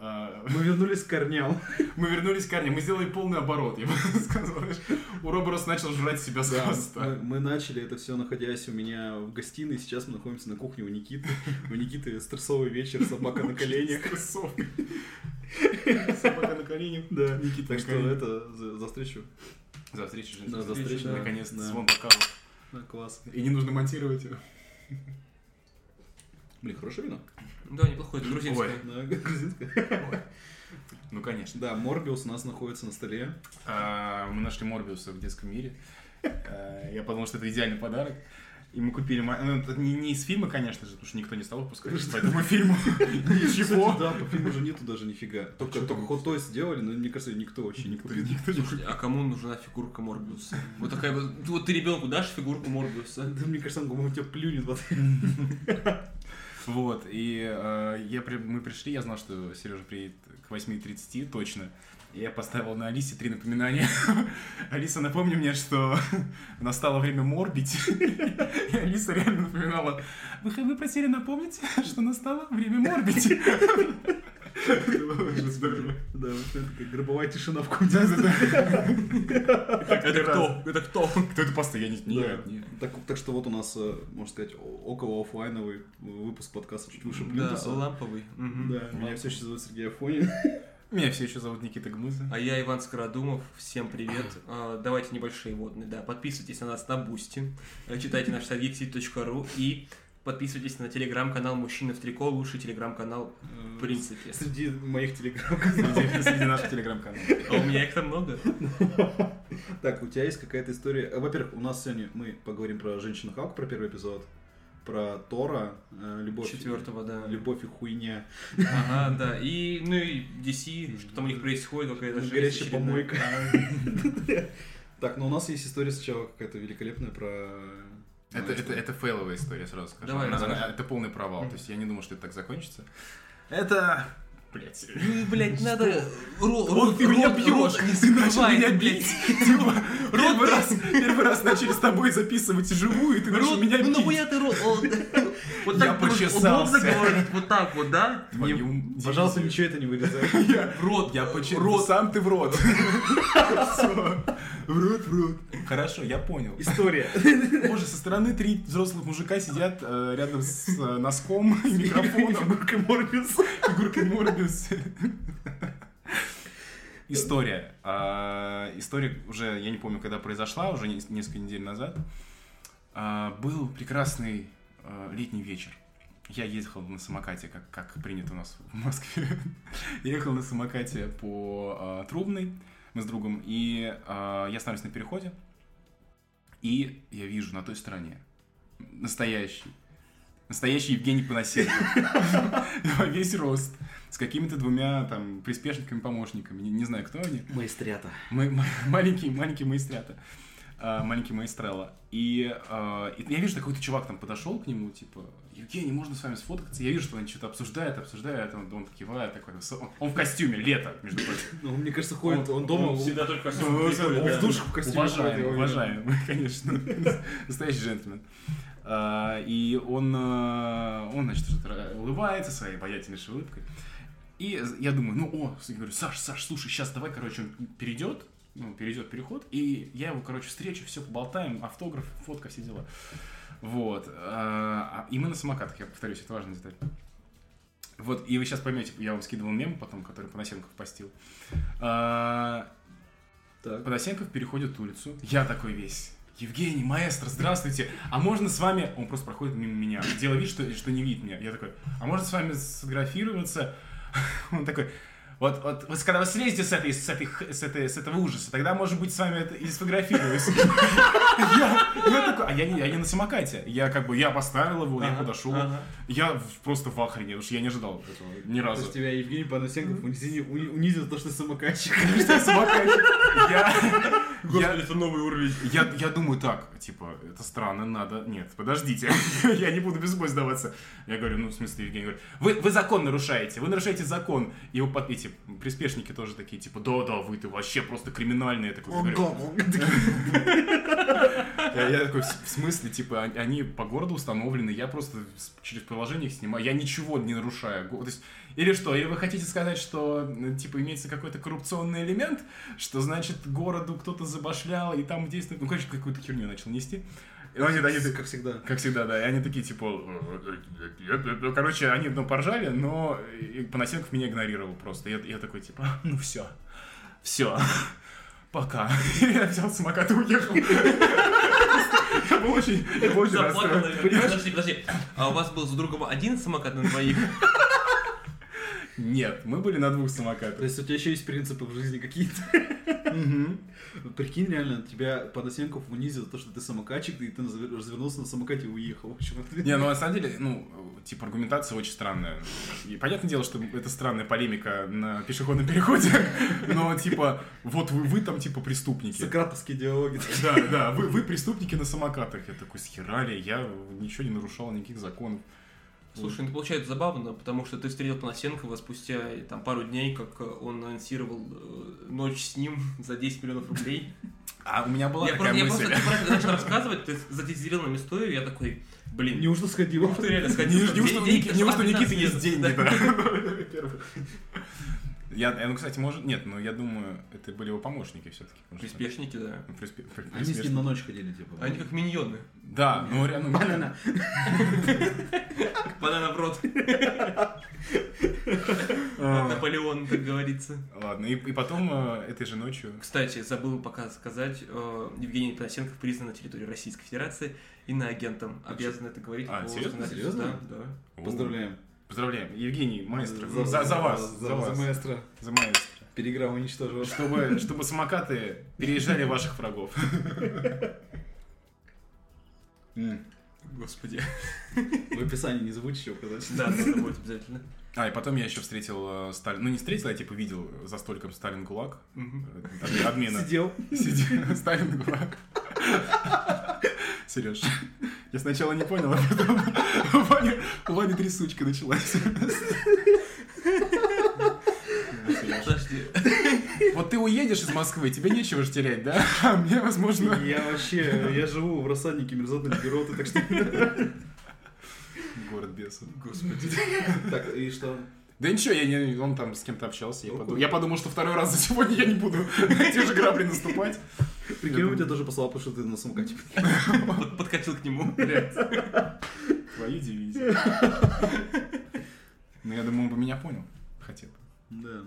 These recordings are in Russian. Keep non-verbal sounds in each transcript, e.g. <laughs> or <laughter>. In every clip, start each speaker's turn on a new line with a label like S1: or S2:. S1: Мы вернулись к корням.
S2: А, <laughs> Мы вернулись к корням, мы сделали полный оборот, я бы <laughs> сказал. знаешь. Уроборос начал жрать себя с
S1: Мы,
S2: хвоста.
S1: мы начали это все, находясь у меня в гостиной. Сейчас мы находимся на кухне у Никиты. У Никиты стрессовый вечер, собака на
S2: <laughs>
S1: коленях.
S2: Кроссовки. Собака на коленях.
S1: Да.
S2: Никита
S1: Так
S2: на
S1: что
S2: коленях.
S1: это за, за встречу.
S2: За встречу,
S1: Да,
S2: Жень.
S1: за встречу, да.
S2: Наконец-то,
S1: Да.
S2: звон бокала.
S1: Да, класс.
S2: И не нужно монтировать.
S1: Блин, хорошее вино.
S3: Да, неплохой, это грузинское.
S1: Да, <laughs> грузинское.
S2: Ну, конечно.
S1: Да, Морбиус у нас находится на столе.
S2: А, Мы нашли Морбиуса в детском мире. А, Я подумал, что это идеальный подарок. И мы купили... ма- Ну, это не не из фильма, конечно же, потому что никто не стал выпускать по этому фильму.
S1: Кстати,
S2: <laughs> Ничего.
S1: да, по фильму же нету даже
S2: А
S1: нифига. Только, только Hot Toys сделали, но мне кажется, никто вообще не купил.
S2: Никто не
S3: А кому нужна фигурка Морбиуса? Вот такая вот. ты- Вот ты ребенку дашь фигурку
S1: <laughs>
S3: Морбиуса.
S1: Да, мне кажется, он по-моему, тебя плюнет. в ответ.
S2: <laughs> Вот, и э, я при- мы пришли, я знал, что Сережа приедет к 8.30 точно. И Я поставил на Алисе три напоминания. <laughs> Алиса, напомни мне, что <laughs> настало время морбить. <laughs> И Алиса реально напоминала, вы, вы просили напомнить, <laughs> что настало время морбить. Это было уже здорово.
S1: Да, вот это такая гробовая тишина в комнате.
S2: Да-да-да. <laughs> Так три
S3: Это
S2: раза.
S3: кто? Это кто?
S2: Кто это паста? Я не... Нет,
S1: Да.
S2: нет.
S1: Так, так что вот у нас, э, можно сказать, о- около оффлайновый выпуск подкаста чуть выше
S3: Да,
S1: Плинтуса.
S3: ламповый. Мгм.
S1: Да, меня все еще зовут Сергей
S3: <laughs>
S1: Афонин.
S2: Меня все еще зовут Никита <laughs> Гмыза.
S3: А я Иван Скородумов, всем привет. А, Давайте небольшие водные, да. Подписывайтесь на нас на Бусти, э, читайте наш сайт geekseed.ru и подписывайтесь на телеграм-канал «Мужчина в трико», лучший телеграм-канал в принципе.
S1: Э, Среди моих телеграм-каналов.
S2: Среди среди наших телеграм-каналов.
S3: А у меня их там много.
S1: <laughs> Так, у тебя есть какая-то история? Э, Во-первых, у нас сегодня мы поговорим про женщину Халк, про первый эпизод, про Тора, э, любовь,
S3: Четвертого, да.
S1: любовь и хуйня,
S3: Ага, да. И, ну и DC, что там у них происходит, какая-то жесть.
S1: горячая
S3: очередная.
S1: Ну,
S3: А.
S1: помойка. <laughs> Так, ну у нас есть история сначала какая-то великолепная про... э,
S2: Это, это, это фейловая история, сразу скажу.
S3: Давай,
S2: Она- она-
S3: расскажи.
S2: это полный провал. То есть я не думал, что это так закончится. Это. Блять.
S3: Ну, блядь, надо... Ро-
S2: Вот
S3: рот-
S2: ты меня
S3: рот-
S2: бьешь,
S3: рот не
S2: ты начал
S3: закрывай,
S2: меня
S3: блядь.
S2: бить. Типа, первый раз, первый раз начали с тобой записывать живую, и ты начал
S3: Рот,
S2: меня
S3: ну
S2: бить.
S3: нахуя ты рот? О,
S2: <laughs>
S3: да. Вот
S2: Я
S3: так ты уж
S2: почесался.
S3: удобно говорить, вот так вот, да?
S2: Твою
S1: Не-
S2: дивизию.
S1: Пожалуйста, ничего это не вырезай.
S2: <laughs> Я,
S3: Рот,
S2: я почему?
S3: Рот.
S2: Сам ты в рот. <laughs> Всё. В рот, в рот. Хорошо, я понял.
S1: История.
S2: <laughs> Боже, со стороны три взрослых мужика сидят э, рядом с э, носком и <laughs> микрофоном. <laughs>
S1: Фигурка Морбиуса.
S2: Фигурка Морбиус. <laughs> История. А, История уже, я не помню, когда произошла, уже не- несколько недель назад. А, Был прекрасный э, летний вечер. Я ехал на самокате, как, как принято у нас в Москве. <laughs> Я ехал на самокате по э, Трубной, мы с другом, и э, я становлюсь на переходе, и я вижу на той стороне настоящий, настоящий Евгений Панасенко во весь рост, с какими-то двумя там приспешниками, помощниками, не, не знаю, кто они,
S1: Маэстрята.
S2: Мы- м- маленькие, маленькие маэстрята, а, маленькие маэстрелла. И, а, и я вижу, что какой-то чувак там подошел к нему, типа, Евгений, можно с вами сфоткаться? Я вижу, что они что-то обсуждают, обсуждают, он, он кивает, такой, он, он в костюме, лето, между прочим.
S1: Ну, мне кажется, ходит он дома.
S3: только
S2: Ну,
S1: приходит,
S2: да.
S1: в душ в костюме ходит, я
S2: Уважаем,
S1: уверен.
S2: уважаем, <laughs> конечно. Настоящий джентльмен. А, И он, а, он, значит, что-то улыбается своей обаятельнейшей улыбкой. И я думаю, ну, о, я говорю, Саш, Саш, слушай, сейчас давай, короче, он перейдет, ну, перейдет переход, и я его, короче, встречу, все, поболтаем, автограф, фотка, все дела. Вот. а, И мы на самокатах, я повторюсь, это важная деталь. Вот, и вы сейчас поймете, я вам скидывал мем потом, который Панасенков постил. А,
S1: Так.
S2: Подосенков переходит улицу. Я такой весь. Евгений, маэстро, здравствуйте. А можно с вами... Он просто проходит мимо меня. Дело вид, что, что не видит меня. Я такой, а можно с вами сфотографироваться? <laughs> Он такой, вот, вот, вот когда вы слезете с этой, с этой, х- с этой, с этого ужаса, тогда, может быть, с вами это и сфотографируюсь. <laughs> Я, я такой, а я не, я не на самокате. Я как бы, я поставил его, я
S3: Ага,
S2: подошел.
S3: ага.
S2: Я в- просто в ахрене, потому что я не ожидал этого ни
S1: То
S2: разу. <laughs>
S1: есть тебя Евгений Панасенков унизил, уни- унизил за то, что ты <laughs> самокатчик.
S2: Что я самокатчик? Я- я,
S3: это новый уровень.
S2: Я, я думаю так, типа, это странно, надо... Нет, подождите, <laughs> я не буду без боя сдаваться. Я говорю, ну, в смысле, Евгений говорит, вы, вы закон нарушаете, вы нарушаете закон. И его под... эти приспешники тоже такие,
S1: <laughs>
S2: типа, да-да, вы-то вообще просто криминальные. Я такой, говорю,
S1: Такой,
S2: Я я такой, в смысле, типа, они- они по городу установлены, я просто с- через приложение их снимаю, я ничего не нарушаю. Го- То есть, или что, или вы хотите сказать, что, э, типа, имеется какой-то коррупционный элемент, что, значит, городу кто-то забашлял, и там действует... Ну, короче, какую-то херню начал нести. И они, они так-
S1: Как всегда.
S2: как всегда, да. И они такие, типа... «Э, э, э, э». Короче, они ну, поржали, но и Понасенков меня игнорировал просто. Я, я такой, типа, «А, ну все. Все. Пока. <laughs> И я взял самокат и уехал. Я был очень, я был очень
S3: Заплакал,
S2: расстроен.
S3: наверное. Подожди, подожди. А у вас был с другом один самокат на двоих?
S2: Нет, мы были на двух
S1: То
S2: самокатах.
S1: есть у тебя еще есть принципы в жизни какие-то. <laughs>
S2: Мгм.
S1: Прикинь, реально, тебя Подосенков унизил за то, что ты самокатчик, и ты назв- развернулся на самокате и уехал. <laughs> В общем, это-
S2: Не, ну на самом деле, ну, э, типа, аргументация очень странная. И понятное дело, что это странная полемика на пешеходном переходе, <laughs> но, типа, вот вы, вы там, типа, преступники.
S1: Сократовские диалоги.
S2: Да, да, вы, вы преступники на самокатах. Я такой, схерали, я ничего не нарушал, никаких законов.
S3: Слушай, ну получается забавно, потому что ты встретил Панасенкова спустя э, там, пару дней, как э, он анонсировал э, ночь с ним <laughs> за 10 миллионов рублей.
S2: А у меня была
S3: я
S2: такая
S3: просто,
S2: мысль.
S3: я просто- ты про это начал рассказывать, ты затизерил нам историю, я такой, блин,
S1: Неужто сходил? <laughs>
S3: ты реально сходил.
S2: Неужто, неужто, у
S3: Деньги
S2: Ники-
S3: пошла,
S2: неужто у Никиты
S3: 15
S2: есть деньги,
S3: лет.
S2: да? <laughs> Я, я, ну, кстати, может, нет, но я думаю, это были его помощники все-таки.
S3: Приспешники, да.
S2: <laughs>
S1: Они с ним на ночь ходили, типа.
S3: Они как миньоны.
S2: Да, ну реально. ну,
S1: Банана.
S3: Банана в рот.
S2: а,
S3: Наполеон, как говорится.
S2: Ладно, и, и потом э, этой же ночью.
S3: Кстати, забыл пока сказать, э, Евгений Панасенков признан на территории Российской Федерации иноагентом. Обязан это говорить.
S2: А,
S3: по
S2: серьезно?
S3: законодательству.
S1: Серьезно?
S3: Да, да.
S1: Поздравляем.
S2: Поздравляем, Евгений, маэстро. За, за, вас, за, вас,
S1: За маэстро.
S2: за маэстро.
S1: Переиграл, уничтожил.
S2: Чтобы, чтобы самокаты переезжали ваших врагов. <laughs> М. <laughs>
S3: Господи.
S1: В описании не забудь еще указать.
S3: Да, надо будет обязательно.
S2: А, и потом я еще встретил э, Сталин. Ну, не встретил, я типа видел за столиком Сталин ГУЛАГ. э,
S3: Мгм.
S2: обме- Обмена.
S1: Сидел.
S2: <laughs> Сидел. Сталин ГУЛАГ. <laughs> Сереж, я сначала не понял, а потом <laughs> у Вани, у Вани трясучка началась. <laughs> Ну, Серёж,
S3: Подожди.
S2: Вот ты уедешь из Москвы, тебе нечего же терять, да? А мне, возможно...
S1: Я вообще, я живу в рассаднике мерзотной бюроты, так что...
S2: Город бесов.
S3: Господи.
S1: Так, и что?
S2: Да ничего, я не, он там с кем-то общался. Я
S1: Ну,
S2: подумал, я подумал, что второй раз за сегодня я не буду <laughs> на те же грабли наступать.
S1: Прикинь, он тебя тоже послал, потому что ты на самокате.
S3: Под- Подкатил к нему.
S2: Твою <laughs> дивизию. Ну, я думаю, он бы меня понял. Хотел.
S1: Да.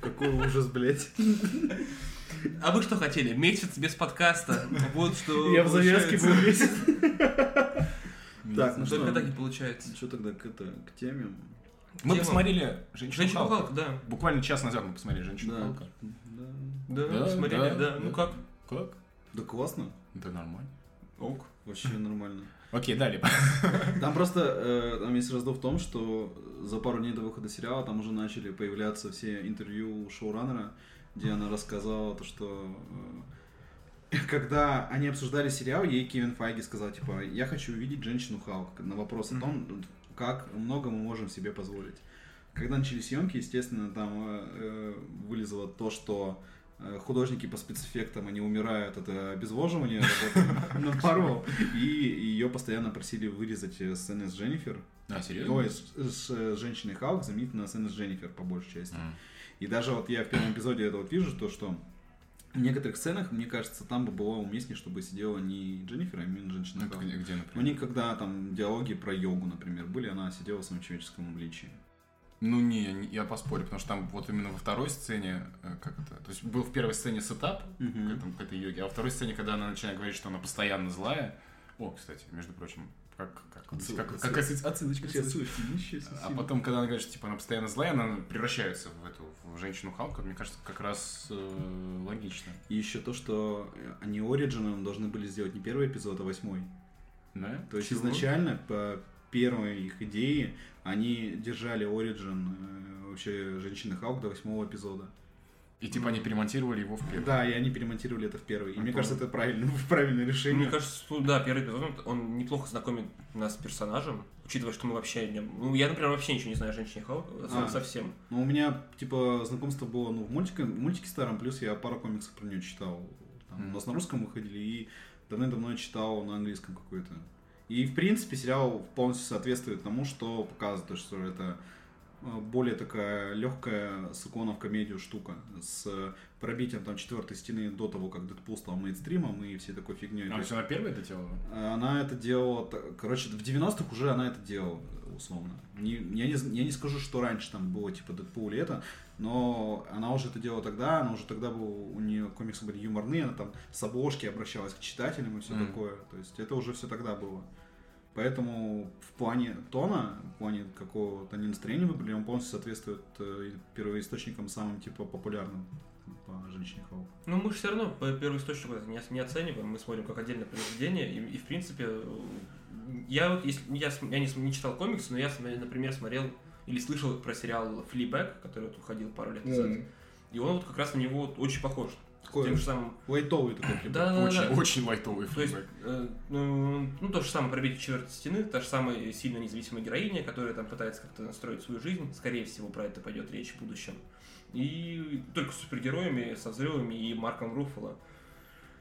S1: Какой ужас, блядь.
S3: А вы что хотели? Месяц без подкаста. Вот что
S1: <laughs> Я в завязке был
S3: получается.
S1: месяц. Так, ну
S3: Только
S1: что? Ну
S3: так и получается.
S1: Что тогда к это, к теме?
S2: Мы
S3: Тема.
S2: посмотрели «Женщину
S3: Женщина
S2: Халка».
S3: Халк, да.
S2: Буквально час назад мы посмотрели «Женщину
S1: Да.
S2: Халка».
S1: Да.
S3: Да,
S2: Да,
S3: смотрели,
S2: да,
S3: да.
S2: да.
S3: Ну как?
S2: Как?
S1: Да классно.
S2: Да нормально.
S3: Ок.
S1: Вообще нормально.
S2: Окей, далее.
S1: Там просто, э, там есть раздел в том, что за пару дней до выхода сериала там уже начали появляться все интервью шоураннера, где она рассказала то, что э, <laughs> когда они обсуждали сериал, ей Кевин Файги сказал, типа, я хочу увидеть женщину Халк на вопрос о том, как много мы можем себе позволить. Когда начались съемки, естественно, там э, э, вылезло то, что э, художники по спецэффектам, они умирают от э, обезвоживания работы <laughs> на Marvel, и ее постоянно просили вырезать э, сцены с Дженнифер,
S2: <laughs> А,
S1: ой, с, с, э, женщиной Халк, заменить на сцены с Дженнифер, по большей части.
S2: М.
S1: И даже вот я в первом эпизоде это вот вижу, то, что в некоторых сценах, мне кажется, там бы было уместнее, чтобы сидела не Дженнифер, а именно женщина
S2: Ну, это
S1: Халк.
S2: где, где,
S1: У них
S2: например?
S1: когда там диалоги про йогу, например, были, она сидела в своем человеческом обличии.
S2: Ну, не, я не- я поспорю, потому что там вот именно во второй сцене, э, как это, то есть был в первой сцене сетап, к, этому- к этой йоге. А во второй сцене, когда она начинает говорить, что она постоянно злая. О, кстати, между прочим, как, как,
S1: Отсыл-
S2: как,
S1: отсыл-
S2: как оси- отсылочка,
S1: Сейчас,
S2: отсылочка.
S1: слушайте, ничего себе.
S2: А потом, когда она говорит, что типа она постоянно злая, она превращается в эту в женщину Халка, мне кажется, как раз э, логично.
S1: И еще то, что э, они Ориджином должны были сделать не первый эпизод, а восьмой.
S2: Да?
S1: То есть
S3: Чего?
S1: изначально по первой их идее они держали Ориджин вообще женщины Халк до восьмого эпизода.
S2: И типа они перемонтировали его в первый.
S1: Да, и они перемонтировали это в первый. И
S2: А
S1: мне
S2: то-
S1: кажется, это правильно, <laughs> правильное
S3: Мне
S1: решение.
S3: кажется, ну да, первый эпизод, он неплохо знакомит нас с персонажем, учитывая, что мы вообще... не- Ну, я, например, вообще ничего не знаю о женщине Халк,
S1: А.
S3: совсем.
S1: Но у меня типа знакомство было ну в мультике, в мультике старом, плюс я пару комиксов про нее читал. Там
S2: Мгм.
S1: У нас на русском выходили, и давным-давно я читал на английском какой-то. И, в принципе, сериал полностью соответствует тому, что показывает, то, что это э, более такая легкая с иконов комедию штука, с э, пробитием там четвертой стены до того, как Дэдпул стал мейнстримом и всей такой фигней. То
S2: А
S1: есть
S2: все на первое это делала?
S1: она это делала, та- короче, в 90-х уже она это делала, условно. Не, я, не, з- я не скажу, что раньше там было, типа, Дэдпул или это, но она уже это делала тогда, она уже тогда был, у нее комиксы были юморные, она там с обложки обращалась к читателям и все
S2: Мгм.
S1: такое. То есть это уже все тогда было. Поэтому в плане тона, в плане какого-то они настроения выбрали, он полностью соответствует э, первоисточникам самым, типа, популярным по женщине Халк.
S3: Ну, мы же все равно по первоисточнику это не, ос- не оцениваем, мы смотрим как отдельное произведение, и, и, в принципе, э, я вот, если, я, см- я не, см- не читал комиксы, но я, см- например, смотрел или слышал про сериал «Флибэк», который вот выходил пару лет назад, и он вот как раз на него вот очень похож,
S1: Такой
S3: тем же самым...
S1: лайтовый такой, типа.
S3: Да, да, да.
S2: Очень, очень лайтовый
S3: То есть,
S2: фидбэк.
S3: э, ну, ну, то же самое пробитие четвертой стены, та же самая сильно независимая героиня, которая там пытается как-то настроить свою жизнь. Скорее всего, про это пойдет речь в будущем. И только с супергероями, со взрывами и Марком Руффало.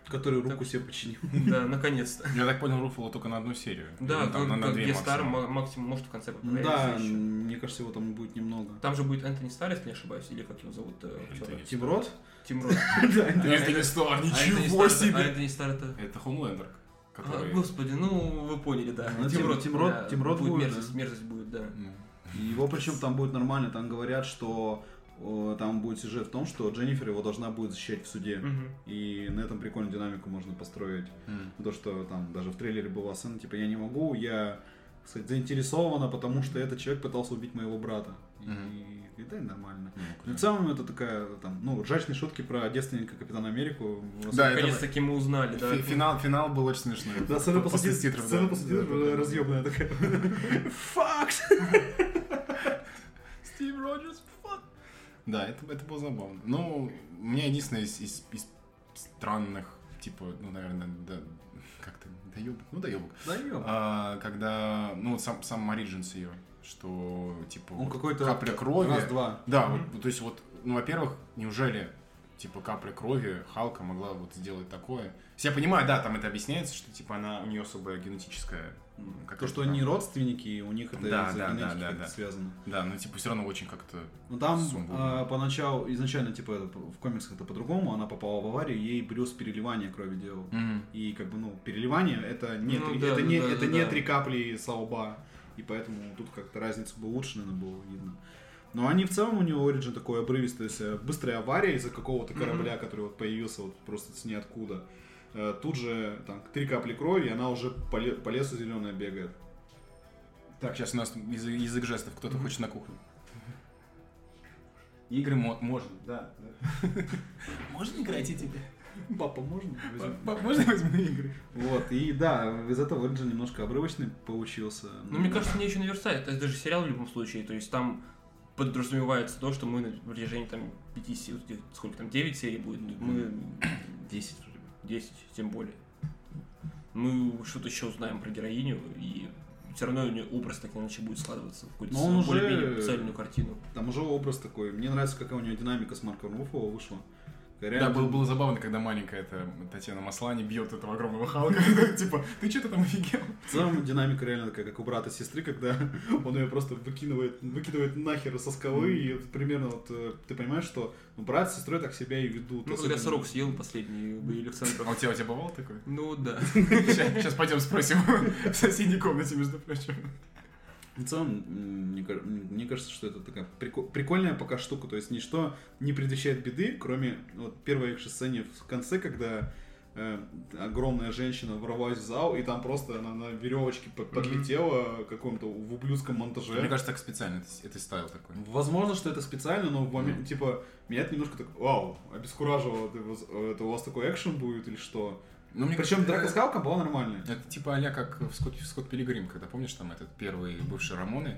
S1: который руку
S3: Так.
S1: себе починил.
S3: Да, наконец-то.
S2: Я так понял, Руфало только на одну серию.
S3: Да,
S2: Или Ну, там на- на
S3: как
S2: две
S3: Гест Стар
S2: максимум.
S3: ма- максимум может в конце
S1: Ну
S3: появляться
S1: Да,
S3: еще.
S1: м, мне кажется, его там будет немного.
S3: Там же будет Энтони Старец, если не ошибаюсь, или как его зовут? э, актера?
S2: Энтони.
S1: Тим Рот?
S3: Тим Рот.
S1: <laughs> Да,
S2: Да,
S1: Энтони.
S2: Это не Стар,
S3: А Энтони
S2: ничего
S3: Стар- а
S2: себе!
S3: Энтони Стар это...
S2: Это Хомлендер,
S3: А,
S2: который...
S3: Господи, ну вы поняли, да.
S1: Ну, Тим- Тим Рот-
S3: да,
S1: Тим Рот будет,
S3: мерзость,
S1: да.
S3: мерзость будет, да.
S2: Ну,
S1: Его причем там будет нормально, там говорят, что э, там будет сюжет в том, что Дженнифер его должна будет защищать в суде.
S3: Мгм.
S1: И на этом прикольную динамику можно построить.
S2: м.
S1: То, что там даже в трейлере была сцена, типа, я не могу, я так сказать, заинтересована, потому что этот человек пытался убить моего брата. И,
S2: Мгм.
S1: и да, и нормально.
S2: Ну,
S1: Ну, в
S2: круто.
S1: целом это такая, там, ну, ржачные шутки про девственника Капитана Америку.
S2: Да, это-
S3: Наконец-таки мы узнали, да.
S2: Фи- Финал, финал был очень смешной.
S1: Да, сцена после,
S2: титров,
S1: сцена
S2: да.
S1: после
S2: Да,
S1: титров
S2: да, да.
S1: разъемная такая. <laughs> Фак!
S2: Стив Роджерс, fuck. Да, это, это было забавно. Ну, у меня единственное из, из- из странных, типа, ну, наверное, да, как-то, доебок, ну, доебок.
S1: Да ё.
S2: А, когда, ну, вот сам, сам Origins ее, что, типа,
S1: Он
S2: вот
S1: какой-то
S2: капля крови.
S1: Раз-два.
S2: Да,
S3: Мгм.
S2: вот, то есть вот, ну, во-первых, неужели типа капля крови Халка могла вот сделать такое? То есть Я понимаю, да, там это объясняется, что типа она у нее особая генетическая. м,
S1: То,
S2: какая-то
S1: что
S2: там-
S1: они родственники, и у них это
S2: Да,
S1: из-за
S2: да, да,
S1: генетики
S2: да,
S1: как-то
S2: да.
S1: связано.
S2: Да, ну типа все равно очень как-то.
S1: Ну там
S2: Сумбурно.
S1: а, поначалу, изначально, типа, это по- в комиксах это по-другому, она попала в аварию, ей Брюс переливание крови делал. И как бы, ну, переливание это не,
S3: Ну
S1: три,
S3: да,
S1: это
S3: да,
S1: не,
S3: да,
S1: это
S3: да,
S1: не
S3: да.
S1: три капли со лба. И поэтому тут как-то разница бы лучше, наверное, было видно. Но они в целом у него Origin такой обрывистый, то есть э, быстрая авария из-за какого-то
S3: Мгм.
S1: корабля, который вот появился вот просто с ниоткуда. Э, Тут же там три капли крови, и она уже по, ле- по лесу зеленая бегает.
S2: Так, сейчас у нас язы- язык жестов, кто-то
S3: Мгм.
S2: хочет на кухню. Игры мо- можно, да. <laughs> Можно играть и тебе?
S1: Папа, можно?
S2: Можно возьму игры?
S1: Вот, и да, из этого Origin немножко обрывочный получился.
S3: Ну, мне кажется, не очень универсальный. Это даже сериал в любом случае. То есть там подразумевается то, что мы на протяжении там 5, се- вот этих, сколько там, 9 серий будет, мы <coughs>
S1: 10 вроде
S3: 10, тем более. Мы что-то еще узнаем про героиню, и все равно у нее образ так или иначе будет складываться в какую-то
S1: Но он уже-
S3: более-менее цельную картину.
S1: Там уже образ такой. Мне нравится, какая у него динамика с Марком Руффало вышла.
S2: Да,
S1: Реально-
S2: было, было забавно, когда маленькая эта Татьяна Маслани бьет этого огромного Халка. <laughs> Типа, ты что-то там офигел?
S1: В целом динамика реально такая, как у брата сестры, когда <laughs> он ее просто выкидывает, выкидывает нахер со скалы. И вот примерно вот э, ты понимаешь, что ну, брат с сестрой так себя и ведут.
S3: Ну, когда
S1: особенно-
S3: срок съел последний у
S2: А у
S3: Александров.
S2: тебя, у тебя бывало такое?
S3: Ну да.
S2: Сейчас пойдем спросим в соседней комнате, между прочим.
S1: В целом, м, мне, кар- м, мне кажется, что это такая прико- прикольная пока штука. То есть ничто не предвещает беды, кроме вот первой их же сцене в конце, когда э, огромная женщина ворвалась в зал, и там просто она на веревочке под- подлетела к какому-то в ублюдском монтаже.
S2: Мне кажется, так специально, это, с- это стайл такой.
S1: Возможно, что это специально, но в момент,
S2: Мгм.
S1: типа, меня это немножко так, вау, обескуражило, Ты воз- это у вас такой экшен будет или что?
S2: Ну, мне
S1: Причем
S2: кажется,
S1: драка
S2: это-
S1: с Халком была нормальная.
S2: Это типа а как в Скотт, в Скотт Пилигрим, когда помнишь там этот первый бывший Рамоны,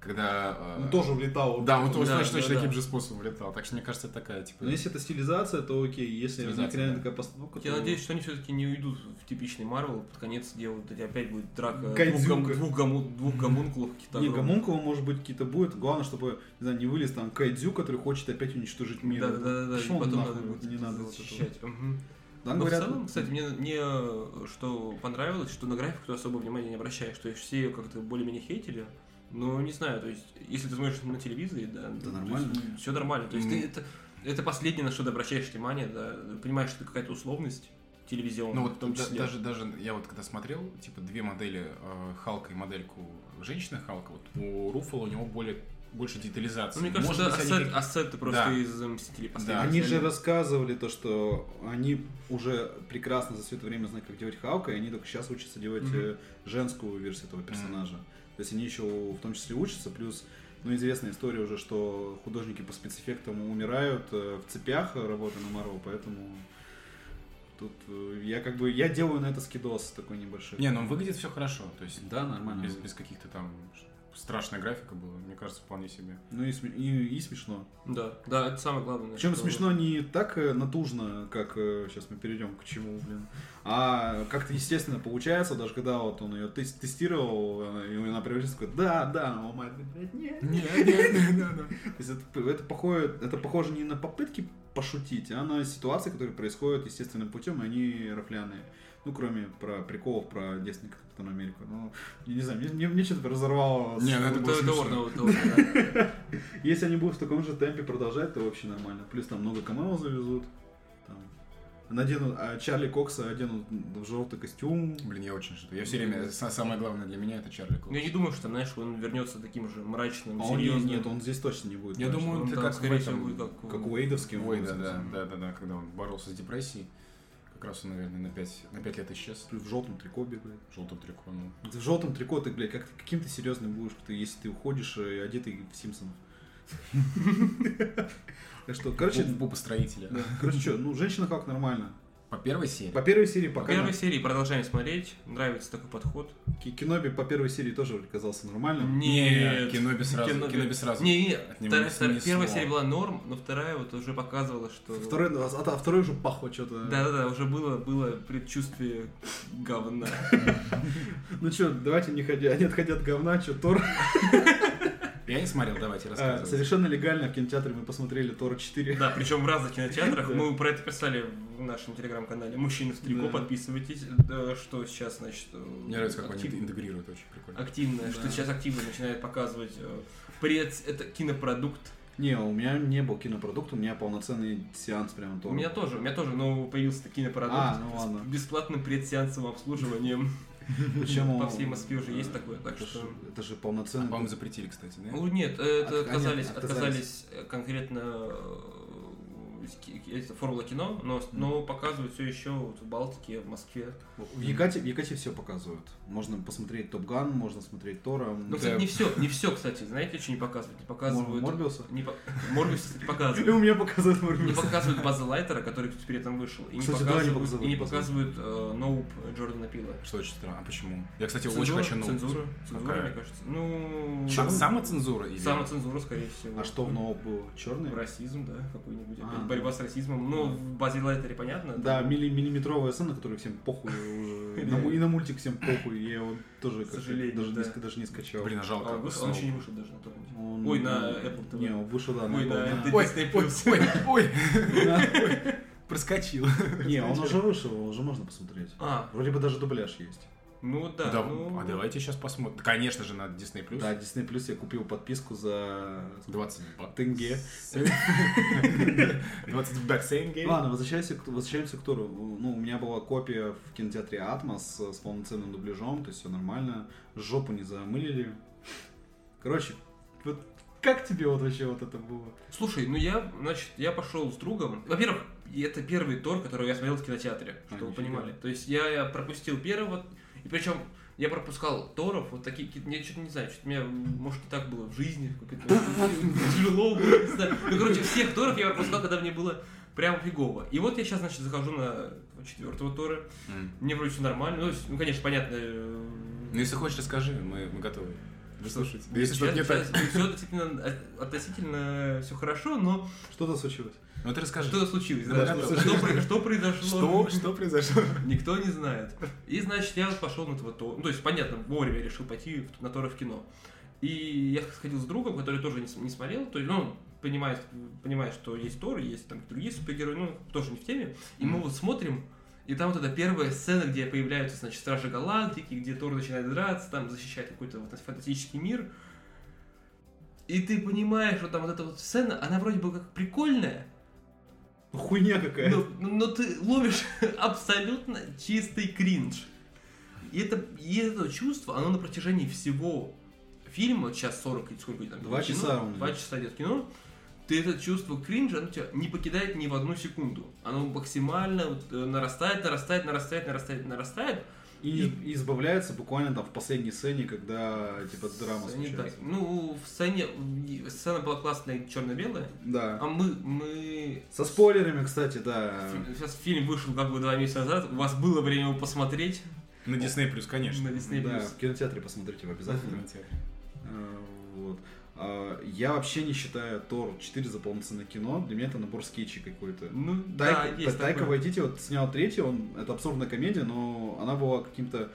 S2: когда... э,
S1: Он тоже влетал.
S2: Да, он тоже
S3: Да,
S2: точно
S3: да,
S2: точно
S3: да. Ну,
S2: таким же способом летал. Так что мне кажется, это такая, типа...
S1: Но если это стилизация, то окей, если
S2: Стилизация,
S1: это реально
S2: да.
S1: такая постановка,
S3: Я
S1: то-
S3: надеюсь, что они все-таки не уйдут в типичный Марвел, под конец делают, эти опять будет драка двух,
S1: Гайдзюка.
S3: гам- двух, гаму- двух гомункулов каких-то
S1: Не,
S3: огромных.
S1: Гомункова, может быть, какие-то будет. Главное, чтобы, не знаю, не вылез там Кайдзю, который хочет опять уничтожить мир.
S3: Да, да, да, да,
S1: Пошёл
S3: потом
S1: нахуй,
S3: надо будет
S1: не надо вот этого.
S3: защищать. Мгм.
S1: Там
S3: Но
S1: говорят,
S3: в целом, кстати, мне, мне э, что понравилось, что на графику ты особо внимания не обращаешь, то есть все ее как-то более-менее хейтили, но не знаю, то есть если ты смотришь на телевизоре, да,
S1: Да нормально.
S3: все нормально, то есть
S2: М.
S3: ты, это, это последнее, на что ты обращаешь внимание, да, понимаешь, что это какая-то условность телевизионная,
S2: Ну вот
S3: в том
S2: да-
S3: числе.
S2: даже, даже я вот когда смотрел, типа, две модели э, Халка и модельку женщины Халка, вот у Руфала у него более, больше детализации.
S3: Ну, мне кажется,
S2: Может
S3: да,
S2: быть,
S3: ассет-
S2: они как-
S3: ассеты просто
S2: Да.
S3: из э, Мстителей
S2: Да,
S1: Они
S3: взяли.
S1: же рассказывали то, что они уже прекрасно за все это время знают, как делать Хаука, и они только сейчас учатся делать
S3: Мгм.
S1: э, женскую версию этого персонажа. То есть они еще в том числе учатся, плюс, ну, известная история уже, что художники по спецэффектам умирают э, в цепях, э, работая на Марвел, поэтому тут э, я как бы, я делаю на это скидос такой небольшой.
S2: Не, ну выглядит все хорошо, то есть
S1: Да, нормально.
S2: без, без каких-то там ш- страшная графика была, мне кажется, вполне себе.
S1: Ну и, сме- и- и смешно.
S3: Да, да, это самое главное.
S1: Причем
S3: что-
S1: смешно не так э, натужно, как сейчас мы перейдем к чему, блин, а как-то естественно получается, даже когда вот он ее тестировал, э, и она превратилась в такой, да, да, а мама, блядь, нет. То есть это, п- это, похоже, это похоже не на попытки пошутить, а на ситуации, которые происходят естественным путем, и они рафляные. Ну, кроме про приколов про девственника Капитана Америка. Ну, я не знаю, мне, мне- мне что-то разорвало.
S2: Не, ну
S3: Это,
S2: Это
S3: это,
S2: было смешно.
S3: Warner, это Warner, да.
S1: Если они будут в таком же темпе продолжать, то вообще нормально. Плюс там много камео завезут. Там. Наденут, а Чарли Кокса оденут в желтый костюм.
S2: Блин, я очень жду. Я все время, са- самое главное для меня это Чарли Клоус.
S3: Ну, Я не думаю, что, знаешь, он вернется таким же мрачным,
S1: А он не-
S3: серьезным.
S1: нет, он здесь точно не будет.
S2: Я
S1: конечно.
S2: думаю,
S3: Он
S2: это
S3: там,
S2: как в
S3: скорее всего,
S2: этом-
S3: будет как...
S1: как Уэйдовский. он
S2: Ой,
S1: будет,
S2: да, да,
S1: собственно.
S2: да, да, да, когда он боролся с депрессией, как раз он, наверное, на 5, на пять лет исчез.
S1: В желтом трико бегает.
S2: В желтом трико, ну.
S1: В желтом трико ты, блядь, как, каким ты серьезным будешь, ты, если ты уходишь э, одетый в Симпсонов. Так что, короче,
S2: Боб- Боба строителя.
S1: да, короче, чё, ну, женщина как нормально.
S2: По первой серии.
S1: По первой серии
S3: По
S1: пока...
S3: первой серии продолжаем смотреть, нравится такой подход.
S1: Ки- Киноби по первой серии тоже вроде казался нормальным.
S2: Не, Киноби сразу- Киноби сразу
S3: Не, не,
S2: от него
S3: вторая-
S2: не
S3: вторая-
S2: снесло.
S3: первая серия была норм, но вторая вот уже показывала, что...
S1: Второй, а, а второй уже пахло что-то.
S3: Да-да-да, уже было, было предчувствие
S2: <laughs>
S3: говна.
S1: Ну что, давайте не ходя, не отходя от говна, что Тор.
S2: Я не смотрел, давайте
S1: А,
S2: рассказывай.
S1: совершенно легально в кинотеатре мы посмотрели Тора 4.
S3: Да, причем в разных кинотеатрах.
S1: Да.
S3: Мы про это писали в нашем телеграм-канале. Мужчины в трико,
S1: Да.
S3: подписывайтесь. Да, Что сейчас, значит... э,
S2: Мне нравится, как они
S3: активно-
S2: интегрируют, очень прикольно.
S3: активно,
S1: Да.
S3: что сейчас активно начинает показывать э, пред... Это кинопродукт.
S1: Не, у меня не был кинопродукт, у меня полноценный сеанс прямо Тора.
S3: У меня тоже, у меня тоже, но появился кинопродукт
S1: А, ну ладно.
S3: с бесплатным предсеансовым обслуживанием.
S1: Почему?
S3: По всей Москве уже есть такое, так
S1: э, это
S3: что-
S1: ж- это же
S2: А,
S1: полноценный...
S2: По-моему, запретили, кстати, да?
S3: Ну нет, это
S1: Отк-
S3: отказались,
S1: они
S3: отказались э, конкретно э, ки- это формула кино, но, но показывают все еще вот в Балтике, в Москве.
S1: В Якате, в Якате все показывают. Можно посмотреть Топ Ган, можно смотреть Тора.
S3: Но,
S1: М-
S3: кстати,
S2: Да.
S3: не все, не все, кстати, знаете, что не показывают? Не Ну, показывают...
S1: Морбиуса?
S3: Не по- Морбиуса, кстати,
S1: Или
S3: показывают.
S1: у меня показывают
S3: Не <laughs>
S1: Морбиуса.
S3: показывают База Лайтера, который при этом вышел. И не
S1: Кстати, да, не
S3: показывают,
S1: показывают
S3: и не
S1: База
S3: показывают э, Ноуп Джордана Пила.
S2: Что очень странно. А почему? Я, кстати, очень
S3: Цензура,
S2: хочу новую.
S3: Цензура, цензура,
S2: Какая?
S3: мне кажется. Ну...
S2: Чё, самоцензура или...
S3: Самоцензура, скорее всего.
S1: А что в новом было? Черный?
S3: Расизм, да, какой-нибудь.
S1: А,
S3: опять
S1: да.
S3: борьба с расизмом. Ну, в базе Лайтере понятно.
S1: Да,
S3: там,
S1: милли- миллиметровая сцена, которую всем похуй уже. И на, му- и на мультик всем похуй. Я его тоже
S3: К
S1: как-то
S3: сожалению,
S1: даже, не
S3: да.
S1: ск- даже не скачал.
S2: Блин, а
S3: а
S2: жалко.
S3: Он, вышел- он
S2: Снова.
S3: еще не вышел даже на торренте.
S1: Он-
S3: Ой, на Apple TV.
S1: Не, он вышел, да, на
S3: Ой,
S1: Apple,
S3: на
S1: да. <laughs>
S3: Apple
S2: Ой,
S3: Disney+.
S2: ой, ой, <laughs> ой,
S1: Да. <laughs>
S2: проскочил.
S1: Не, он уже вышел, его уже можно посмотреть.
S3: А,
S1: Вроде бы даже дубляж есть.
S3: ну да.
S2: Да,
S3: ну,
S2: А давайте сейчас посмотрим. Конечно же, на Disney+. Plus.
S1: Да, Disney Plus я купил подписку за
S2: 20 бат.
S1: тенге.
S2: 20 бат сенге.
S1: Ладно, возвращайся, к- возвращаемся к Туру. Ну, у меня была копия в кинотеатре Атмос с полноценным дубляжом, то есть все нормально. Жопу не замылили. Короче, вот как тебе вот вообще вот это было?
S3: Слушай, ну я, значит, я пошел с другом. Во-первых, и это первый Тор, который я смотрел в кинотеатре,
S1: А,
S3: чтобы вы
S1: нифига.
S3: понимали. То есть я я пропустил первого, и причем я пропускал Торов, вот такие, какие-то- я что-то не знаю, что-то меня, может, не так было в жизни, в какой-то <laughs> момент. тяжело было, не знаю. Ну, короче, всех Торов я пропускал, когда мне было прям фигово. И вот я сейчас, значит, захожу на четвертого Тора,
S2: М.
S3: мне вроде все нормально, ну, то есть, ну, конечно, понятно, э,
S2: Ну, если хочешь, расскажи, мы мы готовы. Выслушать. Да если
S3: сейчас-
S2: что-то не так.
S3: сейчас всё относительно, э, относительно все хорошо, но
S1: Что-то случилось?
S2: Ну, ты расскажи.
S3: что случилось,
S2: Да,
S3: да,
S2: что
S3: что, что про- что произошло.
S2: Что? Что произошло?
S3: Никто не знает. И, значит, я пошел на этого Тора. Ну, то есть, понятно, вовремя решил пойти в- на Тора в кино. И я сходил с другом, который тоже не, с- не смотрел, то есть, ну, понимает, понимает, что есть Тор, есть там другие супергерои, ну, тоже не в теме. И мы
S2: Мгм.
S3: вот смотрим, и там вот эта первая сцена, где появляются, значит, Стражи Галактики, где Тор начинает драться, там защищать какой-то вот фантастический мир. И ты понимаешь, что там вот эта вот сцена, она вроде бы как прикольная,
S1: Ну, Хуйня какая.
S3: но, но Ну, ты ловишь <laughs> абсолютно чистый кринж. И это, и это чувство, оно на протяжении всего фильма, час 40 или сколько там.
S1: Два
S3: идет кино,
S1: часа ровно.
S3: Два часа идет кино. Ты это чувство кринжа, оно тебя не покидает ни в одну секунду. Оно максимально вот, э, нарастает, нарастает, нарастает, нарастает, нарастает.
S1: И, и избавляется буквально там в последней сцене, когда типа драма
S3: Сцене, да.
S1: случается.
S3: Ну, в сцене, в- сцена была классная, черно-белая.
S1: Да.
S3: А мы, мы
S1: Со спойлерами, кстати, да.
S3: Фи- Сейчас фильм вышел как бы два месяца назад. У вас было время его посмотреть
S2: На Disney плюс, конечно.
S3: на Disney+.
S1: Да, в кинотеатре посмотрите его обязательно. Э, Вот. А, Я вообще не считаю Тор 4 за полноценное кино. Для меня это набор скетчей какой-то.
S3: Ну, да,
S1: Тайка,
S3: есть
S1: Тайка
S3: такое.
S1: Вайтити вот снял третью, он, это абсурдная комедия, но она была каким-то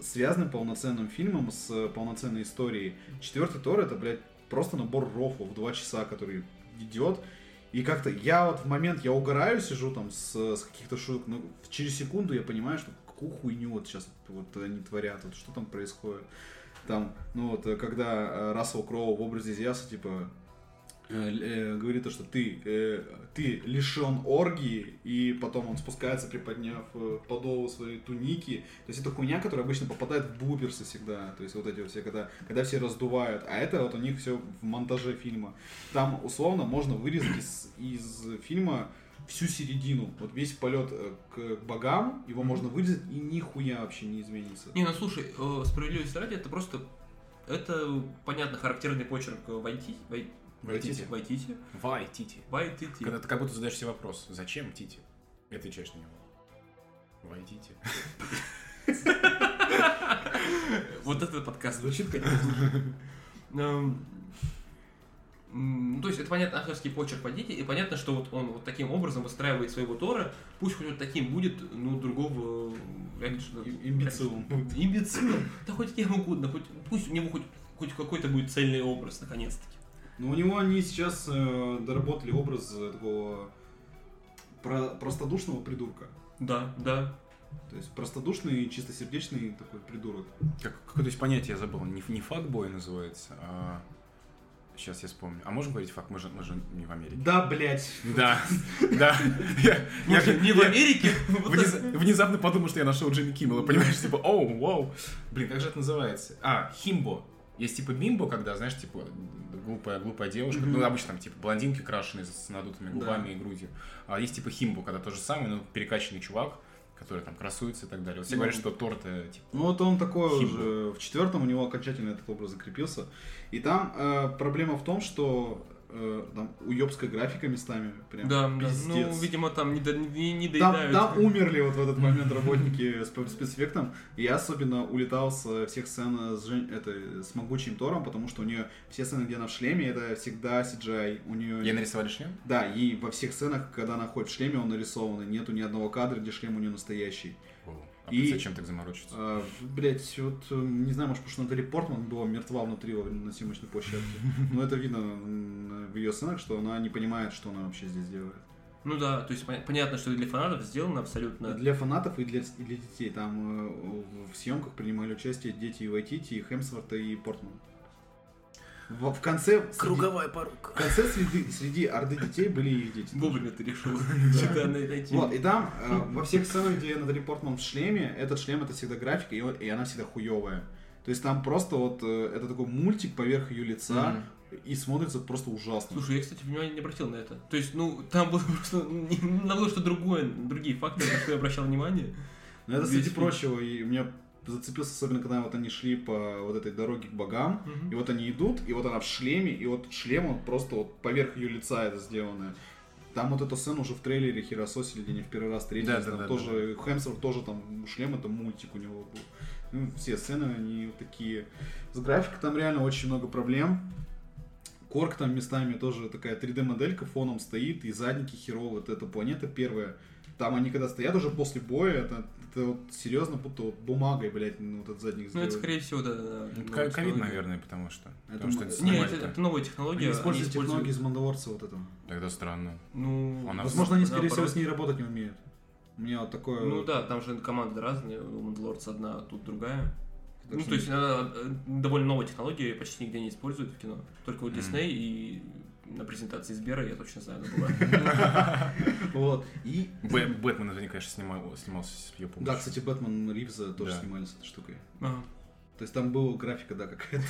S1: связанным полноценным фильмом с э, полноценной историей. Четвертый Тор это, блядь, просто набор рофла в два часа, который идет. И как-то я вот в момент, я угораю, сижу там с, с каких-то шуток, но в- через секунду я понимаю, что какую хуйню вот сейчас вот они творят, вот что там происходит. Там, ну вот, э, когда э, Рассел Кроу в образе Зиаса, типа, э, л- э, говорит то, что ты, э, ты лишен оргии, и потом он спускается, приподняв э, подол своей туники. То есть это хуйня, которая обычно попадает в буперсы всегда. То есть вот эти вот все, когда, когда все раздувают. А это вот у них все в монтаже фильма. Там условно можно вырезать из, из фильма всю середину. Вот весь полет э, к богам, его можно вырезать, и нихуя вообще не изменится.
S3: Не, ну слушай, э, справедливости ради, это просто... Это, понятно, характерный почерк э, Вайти... Вай-
S2: Вайтити.
S3: Вайтити.
S2: Вай, Тити.
S3: Вайтити.
S2: Когда ты как будто задаешь себе вопрос, зачем Тити? И отвечаешь на него. Вай, Тити.
S3: Вот это подкаст.
S1: Звучит как
S3: Эм, м, ну, то есть это понятно, авторский почерк Вайтити, и понятно, что вот он вот таким образом выстраивает своего Тора, пусть хоть вот таким будет, ну, другого... э, реально, что-
S1: и- имбецилом.
S3: Имбецилом. Да хоть кем угодно, хоть, пусть у него хоть, хоть какой-то будет цельный образ, наконец-таки.
S1: Но Ну, у него они сейчас э, доработали образ э, такого про- простодушного придурка.
S3: Да, да.
S1: То есть простодушный, чистосердечный такой придурок.
S2: Как, какое-то есть понятие я забыл. Не, не факбой называется, а... Сейчас я вспомню. А можем говорить фак? Мы же, мы же не в Америке.
S1: Да, блять.
S2: Да, да. Я- я-
S3: Может, не в
S2: я-
S3: Америке? <laughs> Вот
S2: Вниз-
S3: так.
S2: Внезапно подумал, что я нашел Джимми Киммела, понимаешь, типа, оу, вау. Блин, как же это называется? А, химбо. Есть типа бимбо, когда, знаешь, типа, глупая, глупая девушка,
S3: Мгм.
S2: ну, обычно там, типа, блондинки крашеные с надутыми губами
S3: Да.
S2: и грудью. А есть типа химбо, когда то же самое, но перекачанный чувак, который там красуется и так далее. Вот все
S1: Ну.
S2: говорят, что торт-то, типа,
S1: Ну вот он такой
S2: Химбо.
S1: уже. В четвертом у него окончательно этот образ закрепился. И там э, проблема в том, что э, там уебская графика местами. Прям
S3: Да, да.
S1: пиздец.
S3: Ну, видимо, там не, до- не, не
S1: Там,
S3: доедают.
S1: там умерли вот в этот момент работники с спе- спецэффектом. И я особенно улетал с всех сцен с, жен- этой, с могучим Тором, потому что у нее все сцены, где она в шлеме, это всегда CGI. У нее...
S2: я нарисовали шлем?
S1: Да, и во всех сценах, когда она ходит в шлеме, он нарисованный. Нету ни одного кадра, где шлем у нее настоящий.
S2: А
S1: И-
S2: зачем так заморочиться?
S1: А, блять, вот э, не знаю, может, потому что Натали Портман была мертва внутри во время на съемочной площадке. Но это видно м, в ее сценах, что она не понимает, что она вообще здесь делает.
S3: Ну да, то есть пон- понятно, что для фанатов сделано абсолютно.
S1: Для фанатов и для, и для детей. Там э, в съемках принимали участие дети и Вайтити, и Хемсворта, и Портман. В, в конце... среди-
S2: порука.
S1: В конце среди, среди орды детей были и их дети.
S3: Вовремя
S1: <laughs>
S3: ты решил <laughs> что-то найти.
S1: Вот, и там э, во всех сценах, где Натали Портман в шлеме, этот шлем это всегда графика, и, он- и она всегда хуевая. То есть там просто вот э, это такой мультик поверх ее лица, и смотрится просто ужасно.
S3: Слушай, я, кстати, внимания не обратил на это. То есть, ну, там было <laughs> просто ну, не- намного что другое, другие факторы, на что я обращал внимание.
S1: Но это,
S3: весь
S1: среди
S3: фильм.
S1: прочего, и меня зацепился, особенно когда вот они шли по вот этой дороге к богам, И вот они идут, и вот она в шлеме, и вот шлем он просто вот поверх ее лица это сделано. Там вот эту сцену уже в трейлере Хирососили, где они в первый раз встретились,
S2: Да-да-да-да.
S1: там тоже Хемсворт тоже там шлем, это мультик у него был. Ну, все сцены, они вот такие. С графикой там реально очень много проблем. Корк там местами тоже такая 3D-моделька фоном стоит, и задники херовые. Вот эта планета первая. Там они когда стоят уже после боя, это, это вот серьезно, будто вот бумагой, блядь, ну, вот этот задник
S3: Ну, это,
S1: сделали.
S3: скорее всего, да, да.
S2: Ну,
S3: новая
S2: ко- Ковид,
S3: технология.
S2: наверное, потому что. Потому
S1: м-
S2: что это
S1: Не,
S3: Не,
S2: снимали
S3: это, это новая технология.
S1: Они
S3: они
S1: используют
S3: используют-
S1: технологии из Мандалорца вот этого.
S2: Тогда
S1: <laughs>
S2: странно.
S3: Ну,
S2: Она
S1: Возможно, они,
S3: да,
S1: скорее всего, э,
S3: порой-
S1: с ней работать не умеют. У меня вот такое...
S3: Ну
S1: вот-
S3: да, там же команды разные, у Мандалорца одна, а тут другая.
S1: Так
S3: Ну,
S1: что-
S3: то есть она э, довольно новая технология, ее почти нигде не используют в кино. Только вот
S2: Мгм.
S3: Дисней и на презентации Сбера, я точно знаю, она была.
S1: <laughs> <laughs> Вот. И...
S2: Бэ- Бэтмен, извини, конечно, снимал, снимался с ее помощью.
S1: Да, кстати, Бэтмен Ривза тоже
S2: Да.
S1: снимали с этой штукой.
S3: Ага.
S1: То есть там была графика, да, какая-то.